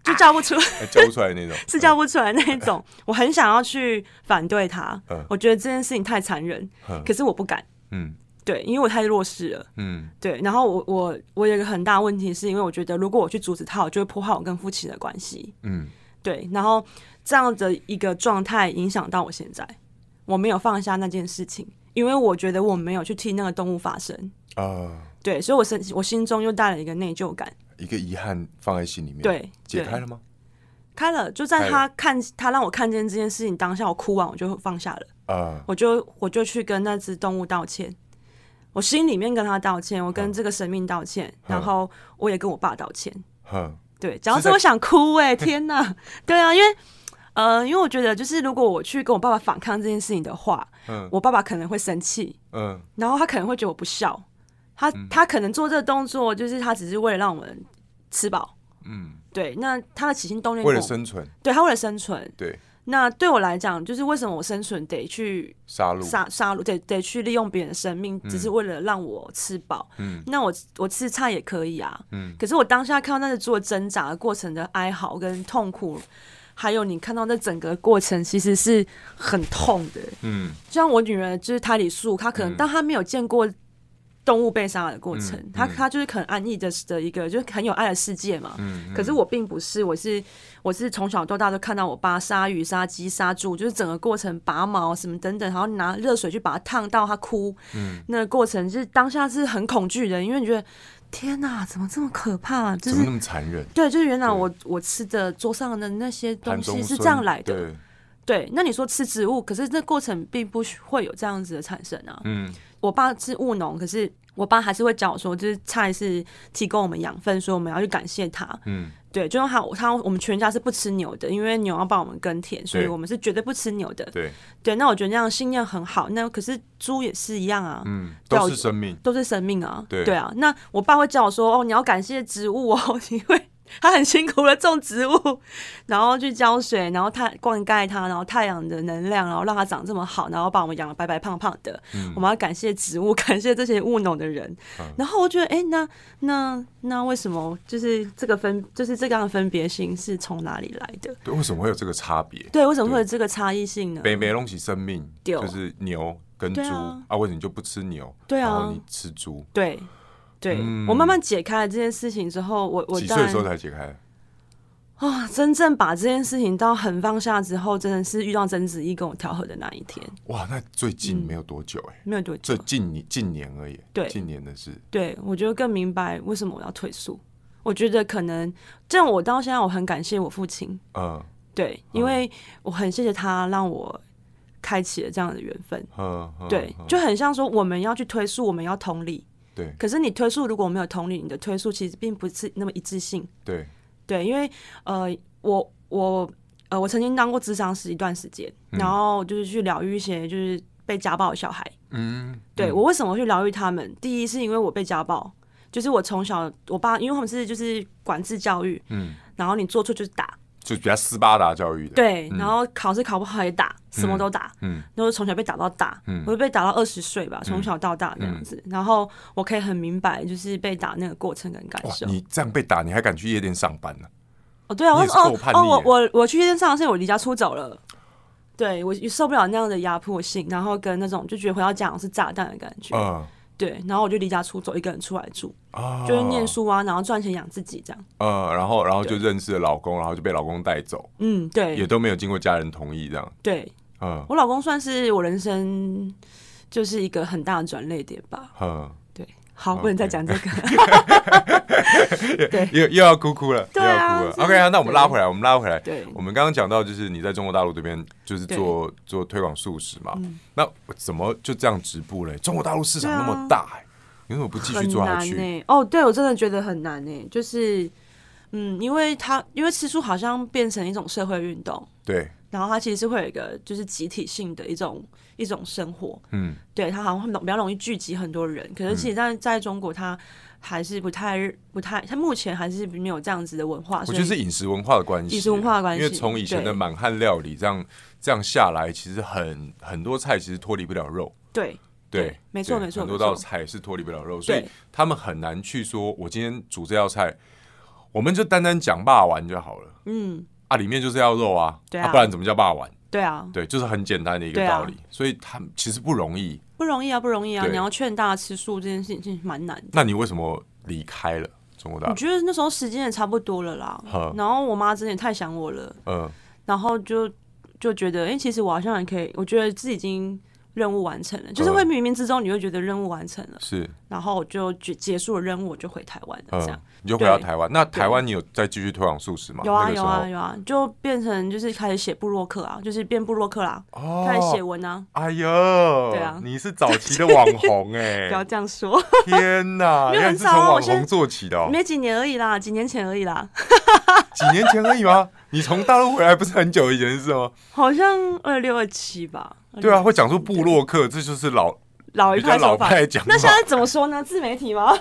B: 就叫不出。
A: 还叫不出来的那种，
B: [laughs] 是叫不出来那一种，我很想要去反对他，
A: 嗯
B: 我觉得这件事情太残忍，
A: 嗯
B: 可是我不敢，
A: 嗯
B: 对，因为我太弱势了，
A: 嗯
B: 对，然后我我我有一个很大问题，是因为我觉得如果我去阻止他，我就会破坏我跟父亲的关系。
A: 嗯，
B: 对，然后这样的一个状态影响到我现在，我没有放下那件事情，因为我觉得我没有去替那个动物发声。
A: 啊，
B: 对，所以我身我心中又带了一个内疚感。
A: 一个遗憾放在心里面，，
B: 对，
A: 解
B: 对
A: 开了吗？
B: 开了，就在他看他让我看见这件事情当下，我哭完我就放下了，
A: 啊，
B: 我就我就去跟那只动物道歉。我心里面跟他道歉，我跟
A: 嗯
B: 这个生命道歉，
A: 嗯
B: 然后我也跟我爸道歉。
A: 哼，
B: 对，讲到
A: 在
B: 这我想哭哎、 [laughs] 天哪！对啊，因为呃，因为我觉得就是如果我去跟我爸爸反抗这件事情的话，
A: 嗯
B: 我爸爸可能会生气，
A: 嗯
B: 然后他可能会觉得我不孝，他、他可能做这个动作就是他只是为了让我们吃饱，
A: 嗯，
B: 对，那他的起心动念
A: 为了
B: 跟我
A: 生存，
B: 对他为了生存，
A: 对，
B: 那对我来讲就是为什么我生存得去
A: 杀戮，
B: 杀杀戮，得得去利用别人的生命，只是为了让我吃饱。
A: 嗯
B: 那我我吃菜也可以啊。
A: 嗯
B: 可是我当下看到那个做挣扎的过程的哀嚎跟痛苦，还有你看到那整个过程其实是很痛的。
A: 嗯
B: 就像我女儿就是胎里素，她可能、但她没有见过。动物被杀的过程，
A: 嗯
B: 她
A: 嗯
B: 她就是很安逸的的一个，就是很有爱的世界嘛。
A: 嗯，
B: 可是我并不是，我是我是从小到大都看到我爸杀鱼、杀鸡、杀猪，就是整个过程拔毛什么等等，然后拿热水去把它烫到它哭，嗯，那个过程就是当下是很恐惧的，因为你觉得天哪，怎么这么可怕？
A: 怎
B: 就
A: 么
B: 是
A: 那么残忍？
B: 对，就是原来
A: 对
B: 我我吃的桌上的那些东
A: 盘中
B: 西是这
A: 餐
B: 样来的，
A: 对，
B: 对。那你说吃植物，可是那过程并不会有这样子的产生啊。
A: 嗯
B: 我爸是务农，可是我爸还是会教我说，就是菜是提供我们养分，所以我们要去感谢它。
A: 嗯
B: 对，就像他他我们全家是不吃牛的，因为牛要帮我们耕田，所以
A: 对
B: 我们是绝对不吃牛的。
A: 对，
B: 对，那我觉得那样信念很好。那可是猪也是一样啊，
A: 嗯，
B: 对啊
A: 都
B: 我
A: 是生命，
B: 都是生命啊。
A: 对
B: 啊，那我爸会叫我说：“哦，你要感谢植物哦，因为 [laughs] 他很辛苦的种植物， [laughs] 然后去浇水，然后太灌溉它，然后太阳的能量，然后让它长这么好，然后把我们养的白白胖胖的。
A: 嗯
B: 我们要感谢植物， [laughs] 感谢这些务农的人。然后我觉得，哎、那那那为什么就是这个分，就是这样的分别心是从哪里来的？
A: 对，为什么会有这个差别？
B: 对，为什么会有这个差异性呢？
A: 北美东西生命
B: 对
A: 就是牛跟猪
B: 对啊
A: 为什么你就不吃牛？
B: 对啊
A: 然后你吃猪，
B: 对，对、
A: 嗯
B: 我慢慢解开了这件事情之后，我我
A: 几岁
B: 当
A: 的
B: 然
A: 时候才解开？
B: 啊、真正把这件事情到很放下之后，真的是遇到曾子义跟我调和的那一天，
A: 哇，那最近没有多久哎、
B: 没有多
A: 这
B: 久。
A: 近年近年而已，
B: 嗯对
A: 近年的事。
B: 对我就更明白为什么我要退宿。我觉得可能，这样我到现在我很感谢我父亲，
A: 嗯
B: 对，因为我很谢谢他让我开启了这样的缘分。
A: 嗯，嗯
B: 对，
A: 嗯
B: 就很像说我们要去推溯，我们要同理，
A: 对
B: 可是你推溯如果没有同理，你的推溯其实并不是那么一致性。
A: 对，
B: 对，因为呃，我我呃，我曾经当过智商师一段时间，
A: 嗯
B: 然后就是去疗愈一些就是被家暴的小孩。
A: 嗯，
B: 对我为什么会去疗愈他们？第一是因为我被家暴，就是我从小我爸，因为他们是就是管制教育，
A: 嗯，
B: 然后你做错就是打，
A: 就比较斯巴达教育的，，
B: 对，然后考试考不好也打，什么都打，
A: 嗯，
B: 然后从小被打到大，我就被打到二十岁吧，从小到大那样
A: 嗯
B: 子，然后我可以很明白就是被打那个过程跟感
A: 哇，
B: 受。
A: 你这样被打，你还敢去夜店上班呢、
B: 哦，对啊，
A: 你
B: 我
A: 也
B: 说
A: 是
B: 哦
A: 够叛
B: 哦，
A: 逆
B: 我
A: 耶
B: 我我去夜店上的是我离家出走了，对我受不了那样的压迫性，然后跟那种就觉得回到家好像是炸弹的感觉，
A: 嗯
B: 对，然后我就离家出走，一个人出来住，
A: 啊，
B: 就是念，书啊，然后赚钱养自己这样，
A: 嗯，然后然后就认识了老公，然后就被老公带走，
B: 嗯，
A: 也
B: 对
A: 都没有经过家人同意，这样，
B: 对，
A: 嗯
B: 我老公算是我人生就是一个很大的转捩点吧，
A: 嗯，
B: 对，好，不能再
A: OK
B: 讲这个，
A: 又又要哭哭了，
B: 对
A: 又要
B: 啊
A: 哭了
B: 真的
A: ，OK 啊，那我们拉回来，我们拉回来，
B: 对
A: 我们刚刚讲到就是你在中国大陆这边就是做做推广素食嘛，
B: 嗯
A: 那怎么就这样直播嘞？中国大陆市场那么大、欸，你为什么不 [laughs] 继续
B: 啊很
A: 做下
B: 难
A: 去？
B: 呢、哦，对我真的觉得很难呢、欸就是嗯，因为他因为吃素好像变成一种社会运动。
A: 对，
B: 然后它其实是会有一个就是集体性的一种一种生活，
A: 嗯
B: 对它好像比较容易聚集很多人。可是其实在在中国，它还是不太不太，它目前还是没有这样子的文化。
A: 我
B: 所
A: 觉得
B: 以
A: 是饮食文化的关系，啊
B: 饮食文化的关系
A: 因为从以前的
B: 对
A: 满汉料理这样这样下来，其实很很多菜其实脱离不了肉。
B: 对
A: 对
B: 对，没错
A: 对
B: 没错
A: 很多
B: 没错
A: 道菜是脱离不了肉，所以
B: 对
A: 他们很难去说，我今天煮这道菜，我们就单单讲霸丸就好了
B: 嗯，
A: 啊，里面就是要肉啊，
B: 对啊
A: 不然怎么叫霸丸？
B: 对啊，
A: 对，就是很简单的一个
B: 对啊
A: 道理，所以他们其实不容易。
B: 不容易啊，不容易啊！
A: 对
B: 你要劝大家吃素这件事情蛮难的。
A: 那你为什么离开了中国大
B: 我
A: 陆？
B: 觉得那时候时间也差不多了啦
A: 好，
B: 然后我妈真的也太想我了，
A: 嗯
B: 然后就就觉得，哎、其实我好像也可以，我觉得自己已经任务完成了，就是会
A: 嗯
B: 冥冥之中你会觉得任务完成了。
A: 是，
B: 然后我就结结束了任务，我就回台湾了。这样
A: 嗯，你就回到
B: 对
A: 台湾。那台湾你有再继续推广素食吗？
B: 有啊
A: 那个时
B: 有
A: 候
B: 啊有啊，就变成就是开始写部落客啊，就是变部落客啦，
A: 哦，
B: 开始写文啊。
A: 哎呦，
B: 对啊
A: 你是早期的网红哎、
B: [laughs] 不要这样说，
A: 天哪，
B: [laughs] 没
A: 原
B: 有
A: 来
B: 很
A: 你是
B: 早
A: 从
B: 啊
A: 网
B: 我现在
A: 红做起的、哦，
B: [laughs] 没几年而已啦，几年前而已啦，
A: [laughs] 几年前而已吗？你从大陆回来不是很久以前的
B: [laughs]
A: 事吗？
B: 好像二六二七吧。
A: 对啊，，会讲出部落客，这就是老
B: 老一
A: 比较
B: 派
A: 老
B: 手法。
A: 派讲法
B: 那。现在怎么说呢？自媒
A: [laughs]
B: 体吗？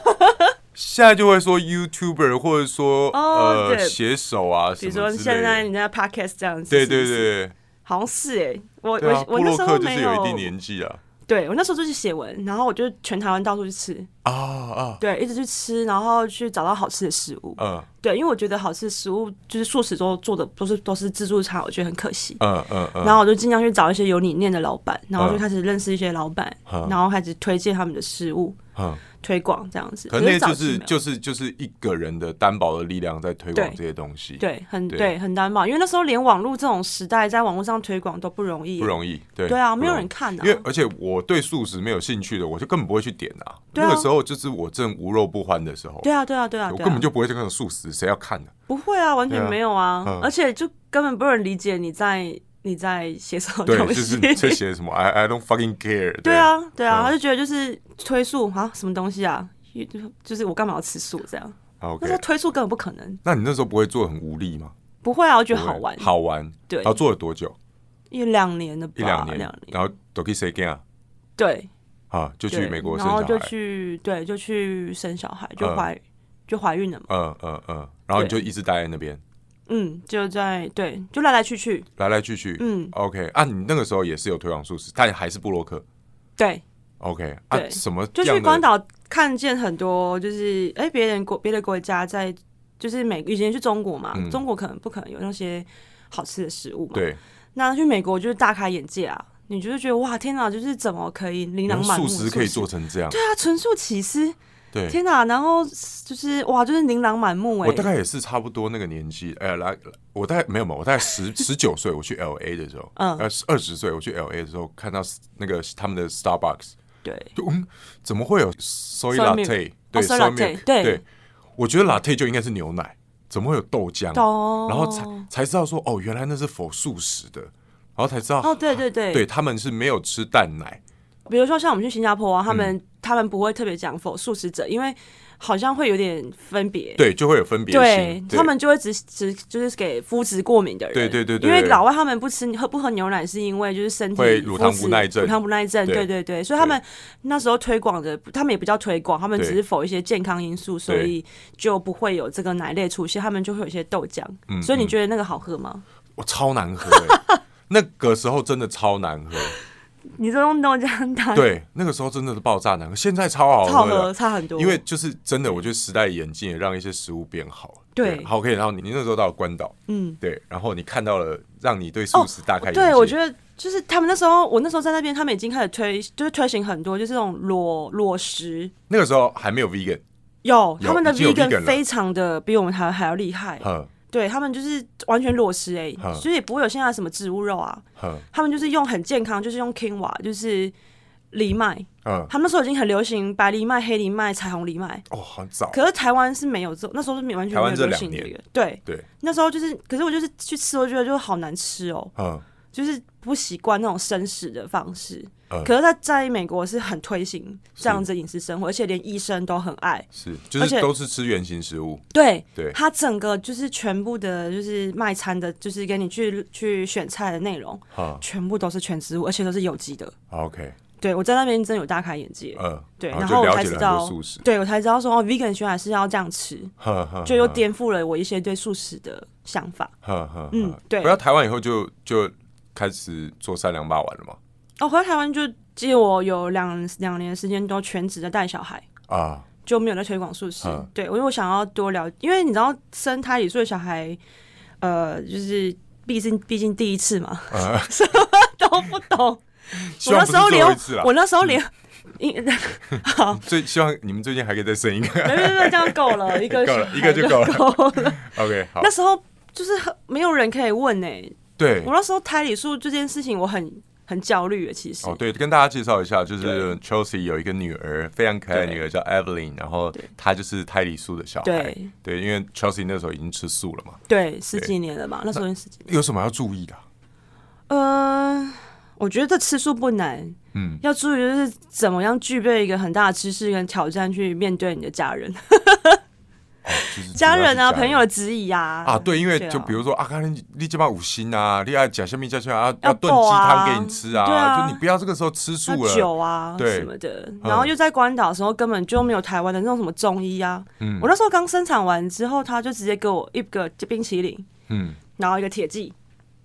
A: 现在就会说 YouTuber 或者说
B: 哦
A: 呃
B: 对
A: 写手啊什
B: 比如说
A: 么之
B: 现
A: 类
B: 在
A: 的。
B: 人家 podcast 这样子，
A: 对
B: 是
A: 对
B: 不是，
A: 对
B: 好像是哎，我
A: 对啊，
B: 我我
A: 部
B: 那
A: 落
B: 时候
A: 客就
B: 没
A: 是有一定年纪啊
B: 对我那时候就去写文，然后我就全台湾到处去吃，
A: 啊啊
B: 对，一直去吃，然后去找到好吃的食物。
A: 嗯
B: 对，因为我觉得好吃的食物就是素食都做的都是都是自助餐，我觉得很可惜。
A: 嗯嗯嗯，
B: 然后我就尽量去找一些有理念的老板，然后就
A: 嗯
B: 开始认识一些老板，
A: 嗯
B: 然后开始推荐他们的食物，
A: 嗯
B: 推广这样子。
A: 可能那
B: 早
A: 就
B: 期没
A: 是
B: 有
A: 就是就是一个人的单薄的力量在推广
B: 对
A: 这些东西，
B: 对，很
A: 对
B: 对很单薄，因为那时候连网络这种时代，在网络上推广都不容易。
A: 不容易，对
B: 对啊，
A: 不
B: 没有
A: 容易
B: 人看啊
A: 因。为而且我对素食没有兴趣的，我就根本不会去点啊。
B: 对啊
A: 那个时候就是我正无肉不欢的时候，
B: 对啊，对啊，对啊，
A: 我
B: 对
A: 根本
B: 啊，
A: 就不会去看素食，谁要看呢、
B: [laughs] 不会啊，完
A: 对啊
B: 全没有啊，
A: 嗯
B: 而且就根本不能理解你在你在写什么
A: 对，
B: 东
A: 就
B: 西。
A: 是这些什么 [laughs] I I don't fucking care
B: 啊对，啊，对啊，
A: 嗯
B: 他就觉得就是推素啊，什么东西啊，就是我干嘛要吃素这样？
A: 啊
B: 那时
A: OK。
B: 候推素根本不可能，
A: 那你那时候不会做很无力吗？
B: 不会啊，我觉
A: 不
B: 得
A: 会
B: 好玩，
A: 好玩。
B: 对
A: 然后做了多久？
B: 一两年的吧，
A: 一两年，
B: 两年，
A: 然后 Doki s e g a n
B: 对，
A: 啊，就去
B: 对
A: 美国生
B: 然后
A: 小
B: 就
A: 孩。
B: 去对，就去生小孩，就
A: 嗯
B: 怀就怀孕了嘛，
A: 嗯嗯嗯，然后你就一直待在那边，
B: 嗯，就在对，就来来去去，
A: 来来去去。
B: 嗯，
A: OK 啊，你那个时候也是有推广素食，但还是布洛克。
B: 对，
A: OK 啊，
B: 对
A: 什么
B: 就
A: 样
B: 去
A: 的
B: 关岛看见很多，就是哎，别、人国别的国家在，就是美以前去中国嘛，
A: 嗯
B: 中国可能不可能有那些好吃的食物嘛。，
A: 对，
B: 那去美国就是大开眼界啊！你就是觉得哇，天哪，就是怎么可以琳琅满目
A: 素
B: 的
A: 食可以做成这样。
B: 对啊，纯素起司，
A: 对，
B: 天哪！然后就是哇，就是琳琅满目哎、
A: 我大概也是差不多那个年纪，哎、来，我大概没有没有，我大概十十九岁我去 L A 的时候，
B: 嗯
A: 呃，二十岁我去 L A 的时候，看到那个他们的 Starbucks，
B: 对
A: 就嗯，怎么会有 soy
B: Soy milk
A: latte？
B: 哦
A: 对
B: ，soy
A: ，soy
B: latte，
A: milk，
B: 对
A: 对，我觉得 latte 就应该是牛奶，怎么会有豆浆？
B: 懂。
A: 然后才才知道说，哦，原来那是否素食的，然后才知道，
B: 哦，对对对，
A: 对他们是没有吃蛋奶，
B: 比如说像我们去新加坡啊，他们、
A: 嗯
B: 他们不会特别讲否素食者，因为好像会有点分别。
A: 对，就会有分别
B: 对
A: 性，
B: 他们就会只只就是给肤质过敏的人，
A: 对对对对
B: 因为
A: 对
B: 老外他们不吃喝不喝牛奶是因为就是身体
A: 会乳糖
B: 肤质
A: 不耐症
B: 乳糖不耐症，
A: 对
B: 对对对，所以他们那时候推广的，他们也不叫推广，他们
A: 对
B: 只是否一些健康因素，所以就不会有这个奶类出现，他们就会有一些豆浆。
A: 嗯
B: 所以你觉得那个好喝吗？
A: 我超难喝、欸， [laughs] 那个时候真的超难喝。
B: 你都用豆浆打，， [laughs]
A: 对，那个时候真的是爆炸难喝，现在超好
B: 哎超好
A: 喝
B: 喝，
A: 的。
B: 差很多。
A: 因为就是真的，我觉得时代演进也让一些食物变好了。
B: 对
A: 好可以。然后你你那时候到了关岛，
B: 嗯，
A: 对，然后你看到了，让你对素食大开眼界。
B: 哦对，我觉
A: 得
B: 得就是他们那时候，我那时候在那边，他们已经开始推，就是推行很多，就是这种裸裸食。
A: 那个时候还没有 vegan，
B: 有
A: 有
B: 他们的
A: 已经有 vegan
B: vegan
A: 了
B: 非常的比我们台湾还要厉害，
A: 呵
B: 对他们就是完全裸食哎、
A: 嗯
B: 所以也不会有现在什么植物肉啊，
A: 呵
B: 他们就是用很健康，就是用 quinoa，就是藜麦，
A: 嗯，
B: 他们那时候已经很流行白藜麦、黑藜麦、彩虹藜麦，
A: 哦，好早，
B: 可是台湾是没有这，那时候是没有完全
A: 台
B: 没
A: 湾
B: 有
A: 这
B: 流行
A: 两
B: 这
A: 年
B: 个，对，
A: 对，
B: 那时候就是，可是我就是去吃，我觉得就好难吃哦，
A: 嗯
B: 就是不习惯那种生食的方式。
A: 嗯
B: 可是在在美国是很推行这样子饮食生活，而且连医生都很爱。
A: 是，就
B: 而且
A: 是都是吃原形食物，
B: 对，
A: 对
B: 他整个就是全部的，就是卖餐的，就是给你去去选菜的内容，
A: 哈
B: 全部都是全植物，而且都是有机的。
A: ，OK，
B: 对我在那边真的有大开眼界。
A: 嗯，
B: 对，
A: 然
B: 然
A: 后
B: 后
A: 就了
B: 我才
A: 解
B: 知
A: 了很
B: 道
A: 多素食，，
B: 对我才知道说哦，vegan 原来是要这样吃，
A: 呵呵，
B: 就又
A: 呵
B: 颠覆了我一些对素食的想法。
A: 呵呵，
B: 嗯
A: 呵
B: 对
A: 回到台湾以后就就开始做三两八丸了嘛，
B: 哦，回到台湾就，其实我有两两年的时间都全职的带小孩，
A: 啊，
B: 就没有在推广素食。
A: 嗯
B: 对，因为我想要多了，因为你知道生胎里素的小孩，呃，就是毕竟毕竟第一次嘛，
A: 啊
B: [laughs] 什么都不懂。我
A: 希望不
B: 那时
A: 是
B: 候
A: 最
B: 连
A: 后一次啦嗯
B: 我。那时候 [laughs] 连，因好，
A: 最希望你们最近还可以再生一
B: [laughs]
A: 个。
B: 没没没，这样
A: [laughs]
B: 够了，一个
A: 够了
B: 小
A: 一
B: 孩
A: 个就够了
B: 够了
A: OK，好 [laughs]
B: 那，时候就是很没有人可以问呢、
A: 对
B: 我，那时候胎里素这件事情，我很很焦虑欸的，其实。
A: 哦，对，跟大家介绍一下，就
B: 对
A: 是 Chelsea 有一个女儿，非常可爱的
B: 对
A: 女儿叫 Evelyn，然后
B: 对
A: 她就是胎里素的小孩
B: 对。
A: 对，因为 Chelsea 那时候已经吃素了嘛，
B: 对，十几年了吧？那时候已经十几
A: 有什么要注意的啊？
B: 呃，我觉得这吃素不难，
A: 嗯，
B: 要注意就是怎么样具备一个很大的知识跟挑战去面对你的家人、
A: 哦就是主要
B: 家
A: 是
B: 人啊、朋友的质疑啊。
A: 啊，对，因为
B: 对啊
A: 就比如说啊，看你你这把五星啊，你爱假虾米假虾啊，
B: 要
A: 要炖
B: 爆
A: 鸡
B: 啊
A: 汤给你吃
B: 对啊
A: 啊，就你不要这个时候吃
B: 那
A: 素了。
B: 酒啊
A: 对嗯
B: 什么的，然后又在关岛的时候根本就没有台湾的那种什么中医啊。
A: 嗯
B: 我那时候刚生产完之后，他就直接给我一个冰淇淋，
A: 嗯，
B: 然后一个铁剂，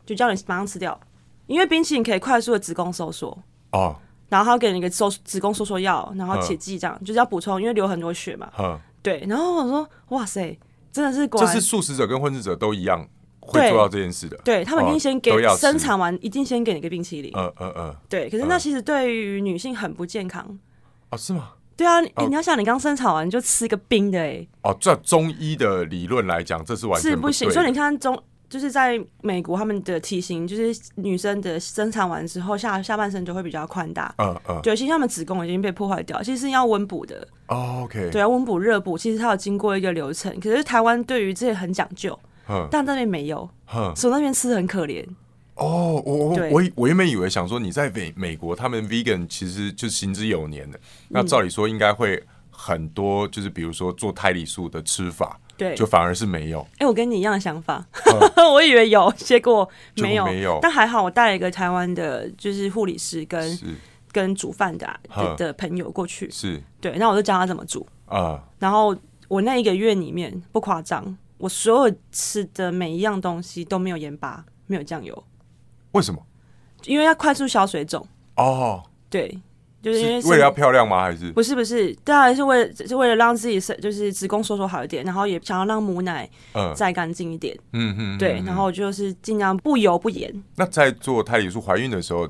B: 就叫你马上吃掉，因为冰淇淋可以快速的子宫收缩。
A: 哦，
B: 然后他给你一个收子宫收缩药，然后
A: 嗯
B: 铁剂这样，就是要补充，因为流很多血嘛。
A: 哼，
B: 对，然后我说，哇塞，真的是果
A: 这
B: 然
A: 是素食者跟混食者都一样会
B: 对
A: 做到这件事的。
B: 对他们一定
A: 哦
B: 先给、
A: 都要吃
B: 生产完，一定先给你个冰淇淋。
A: 嗯嗯嗯，
B: 对，可是那
A: 嗯
B: 其实对于女性很不健康。
A: 哦，是吗？
B: 对啊，你
A: 哦
B: 你要想，你刚生产完就吃一个冰的、欸，
A: 哦，这中医的理论来讲，这是完全
B: 是
A: 不
B: 不行。
A: 对
B: 所以
A: 的
B: 你看中。就是在美国，他们的体型就是女生的生产完之后下下半身就会比较宽大，
A: 嗯嗯
B: 对，其实他们子宫已经被破坏掉，其实是要温补的，
A: 哦，OK，
B: 对，啊，温补热补，其实它有经过一个流程。可是台湾对于这些很讲究，
A: 嗯
B: 但那边没有，
A: 哼，
B: 所以那边吃的很可怜。
A: 哦，我我
B: 对
A: 我以我原本以为想说你在美美国，他们 vegan 其实就行之有年
B: 嗯
A: 的，那照理说应该会很多，就是比如说做胎里素的吃法，
B: 对，
A: 就反而是没有，
B: 哎、我跟你一样的想法， [laughs] 我以为有，结果没有。
A: 结果没有
B: 但还好，我带了一个台湾的，就是护理师跟
A: 是
B: 跟煮饭的啊、的
A: 嗯
B: 的朋友过去。
A: 是
B: 对，那我就教他怎么煮。
A: 啊
B: 然后我那一个月里面，不夸张，我所有吃的每一样东西都没有盐巴，没有酱油，
A: 为什么？
B: 因为要快速消水肿。
A: 哦，
B: 对，就是因为
A: 是
B: 身
A: 为了要漂亮吗？还是
B: 不是不是，当然是为了是为了让自己身就是子宫收缩好一点，然后也想要让母奶
A: 嗯
B: 再干净一点。
A: 嗯嗯，
B: 对，然后就是尽量不油不盐。
A: 那在做胎里素怀孕的时候，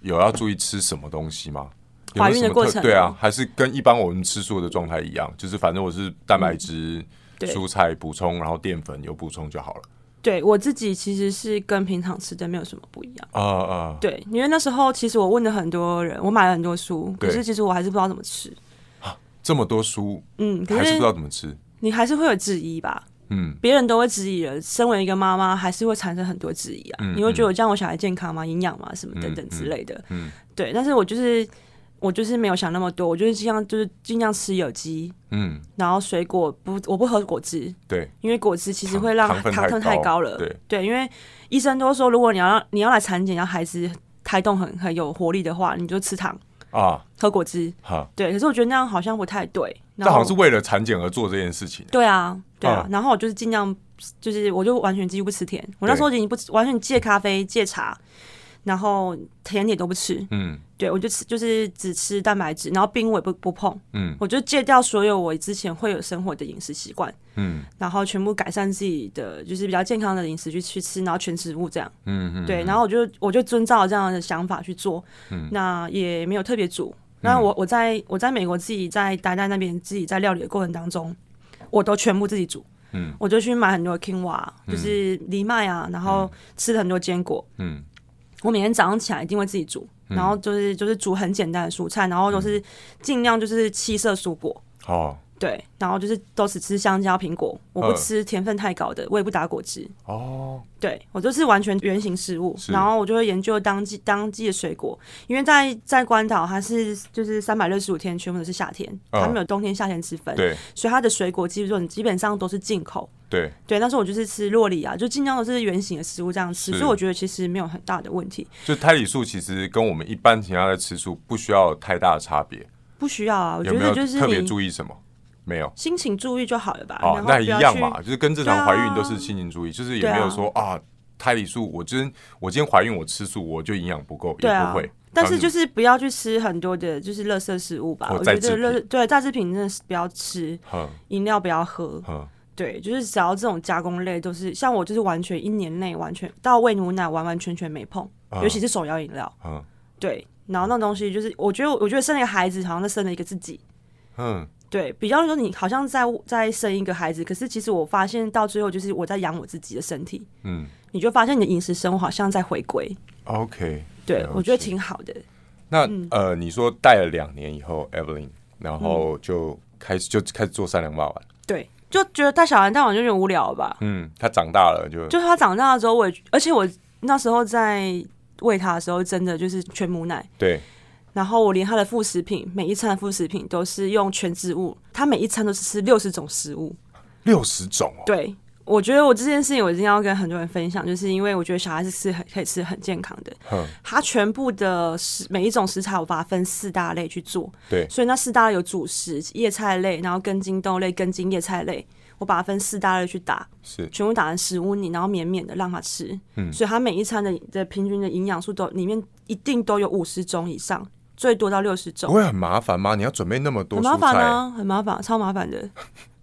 A: 有要注意吃什么东西吗？有
B: 怀
A: 没有什
B: 孕的
A: 么
B: 过
A: 特
B: 程
A: 对啊，还是跟一般我们吃素的状态一样，就是反正我是蛋白质、
B: 嗯对
A: 蔬菜补充，然后淀粉有补充就好了。
B: 对我自己其实是跟平常吃的没有什么不一样。
A: 啊啊，
B: 对，因为那时候其实我问了很多人，我买了很多书，
A: 对
B: 可是其实我还是不知道怎么吃。
A: 这么多书
B: 嗯，可
A: 还是不
B: 是
A: 知道怎么吃。
B: 你还是会有质疑吧？
A: 嗯，
B: 别人都会质疑人，身为一个妈妈，还是会产生很多质疑啊。你会觉得我这样我小孩健康吗？营养吗？什么等等之类的。
A: 嗯嗯
B: 对。但是我就是我就是没有想那么多，我就是尽量就是尽量吃有机，
A: 嗯，
B: 然后水果不我不喝果汁，
A: 对，
B: 因为果汁其实
A: 糖
B: 会让
A: 糖分
B: 糖
A: 太
B: 分太
A: 高
B: 高了。
A: 对
B: 因为医生都说，如果你要让你要来产检，让孩子胎动很很有活力的话，你就吃糖
A: 啊
B: 喝果汁。
A: 哈，
B: 对，可是我觉得那样好像不太对。
A: 这
B: 然后
A: 好像是为了产检而做这件事情。
B: 对啊，对啊。
A: 啊
B: 然后我就是尽量，就是我就完全几乎不吃甜。我那
A: 对
B: 时候已经不吃完全戒咖啡、戒茶，然后甜点都不吃。
A: 嗯
B: 对我就吃就是只吃蛋白质，然后冰我也不不碰。
A: 嗯
B: 我就戒掉所有我之前会有生活的饮食习惯，
A: 嗯
B: 然后全部改善自己的就是比较健康的饮食去去吃，然后全植物这样。
A: 嗯嗯，
B: 对，然后我就我就遵照这样的想法去做，那也没有特别煮。
A: 嗯
B: 那我我在我在美国自己在待在那边自己在料理的过程当中，我都全部自己煮。
A: 嗯，
B: 我就去买很多 quinoa，就是藜麦啊，然后吃很多坚果。
A: 嗯
B: 我每天早上起来一定会自己煮，然后就是就是煮很简单的蔬菜，然后都
A: 嗯
B: 是尽量就是七色蔬果，
A: 哦
B: 对，然后就是都只吃香蕉、苹果，我不
A: 嗯
B: 吃甜分太高的，我也不打果汁。
A: 哦，
B: 对我就是完全原形食物，
A: 是
B: 然后我就会研究当季当季的水果，因为在在关岛它是就是三百六十五天全部都是夏天，
A: 嗯
B: 它没有冬天夏天之分，
A: 对
B: 所以它的水果基本基本上都是进口。
A: 对，
B: 对，但是我就是吃洛里啊，就尽量都是圆形的食物这样吃，
A: 是
B: 所以我觉得其实没有很大的问题，
A: 就胎里素其实跟我们一般其他的吃素不需要有太大的差别。
B: 不需要啊。我觉
A: 有没有
B: 得就是
A: 特别
B: 你
A: 注意什么？没有
B: 心情注意就好了吧，
A: 哦
B: 然，后
A: 那
B: 不
A: 一
B: 要
A: 样
B: 去啊
A: 嘛，就是跟正常怀孕都是心情注意，就是也没有说啊，胎里素，我今我今天怀孕我吃素，我就营养不够，
B: 对
A: 也
B: 啊
A: 不会。
B: 但是就是是不要去吃很多的，就是垃圾食物吧。
A: 或
B: 我
A: 哦再
B: 觉得
A: 制
B: 垃对榨制品真的是不要吃，
A: 嗯
B: 饮料不要喝。
A: 嗯
B: 对，就是只要这种加工类，都是像我，就是完全一年内完全到喂母奶完完全全没碰，
A: 嗯
B: 尤其是手摇饮料。
A: 嗯
B: 对，然后那种东西就是，我觉得，我觉得生了一个孩子，好像在生了一个自己。
A: 嗯，
B: 对，比较说你好像在在生一个孩子，可是其实我发现到最后，就是我在养我自己的身体。
A: 嗯，
B: 你就发现你的饮食生活好像在回归。
A: OK。
B: 对
A: 了，
B: 我觉得
A: 解
B: 挺好的。
A: 那
B: 嗯
A: 呃，你说带了两年以后，Evelyn，然后
B: 嗯
A: 就开始就开始做善良爸爸。
B: 对，就觉得带小孩带完就有点无聊吧。
A: 嗯，他长大了就
B: [laughs] 就是他长大了之后，我也而且我那时候在喂他的时候，真的就是全母奶，
A: 对
B: 然后我连他的副食品，每一餐的副食品都是用全植物，他每一餐都是吃六十种食物。
A: 六十种哦。
B: 对，我觉得我这件事情我一定要跟很多人分享，就是因为我觉得小孩是吃很可以吃很健康的，
A: 哼，
B: 他全部的食每一种食材我把它分四大类去做，
A: 对
B: 所以那四大类有主食、叶菜类，然后根茎豆类、根茎叶菜类，我把它分四大类去打。
A: 是
B: 全部打成食物泥，然后绵绵的让他吃。
A: 嗯
B: 所以他每一餐的的平均的营养素都里面一定都有五十种以上，最多到六十
A: 不
B: 种，
A: 会很麻烦吗？你要准备那么多
B: 很麻
A: 蔬
B: 烦
A: 菜，
B: 啊，很麻烦，超麻烦的。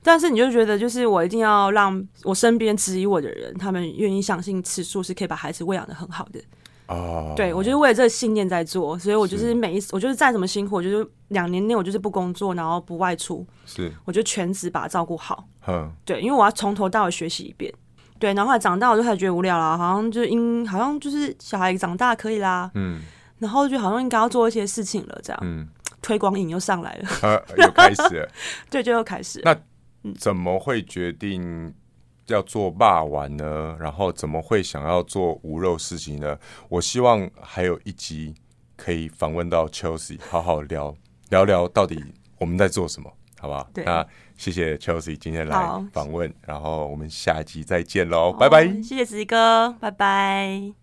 B: 但是你就觉得，就是我一定要让我身边质疑我的人，他们愿意相信吃素是可以把孩子喂养的很好的。
A: 哦，
B: 对我就是为了这个信念在做，所以我就是是每一次，我就是再怎么辛苦，我就是两年内我就是不工作，然后不外出，
A: 是
B: 我就全职把他照顾好。
A: 嗯
B: 对，因为我要从头到尾学习一遍。对，然后后来长大我就开始觉得无聊啦，好像就因好像就是小孩长大可以啦，
A: 嗯
B: 然后就好像应该要做一些事情了，这样、
A: 嗯，
B: 推广瘾又上来了， [laughs]
A: 呃，又开始了。 [laughs]
B: 对，就又开始了
A: 那怎么会决定要做霸丸呢？然后怎么会想要做无肉事情呢？我希望还有一集可以访问到 Chelsea，好好聊聊聊到底我们在做什么，好不好？
B: 对
A: 那谢谢 Chelsea 今天来
B: 好
A: 访问，然后我们下一集再见喽，拜拜。
B: 好谢谢子怡哥，拜拜。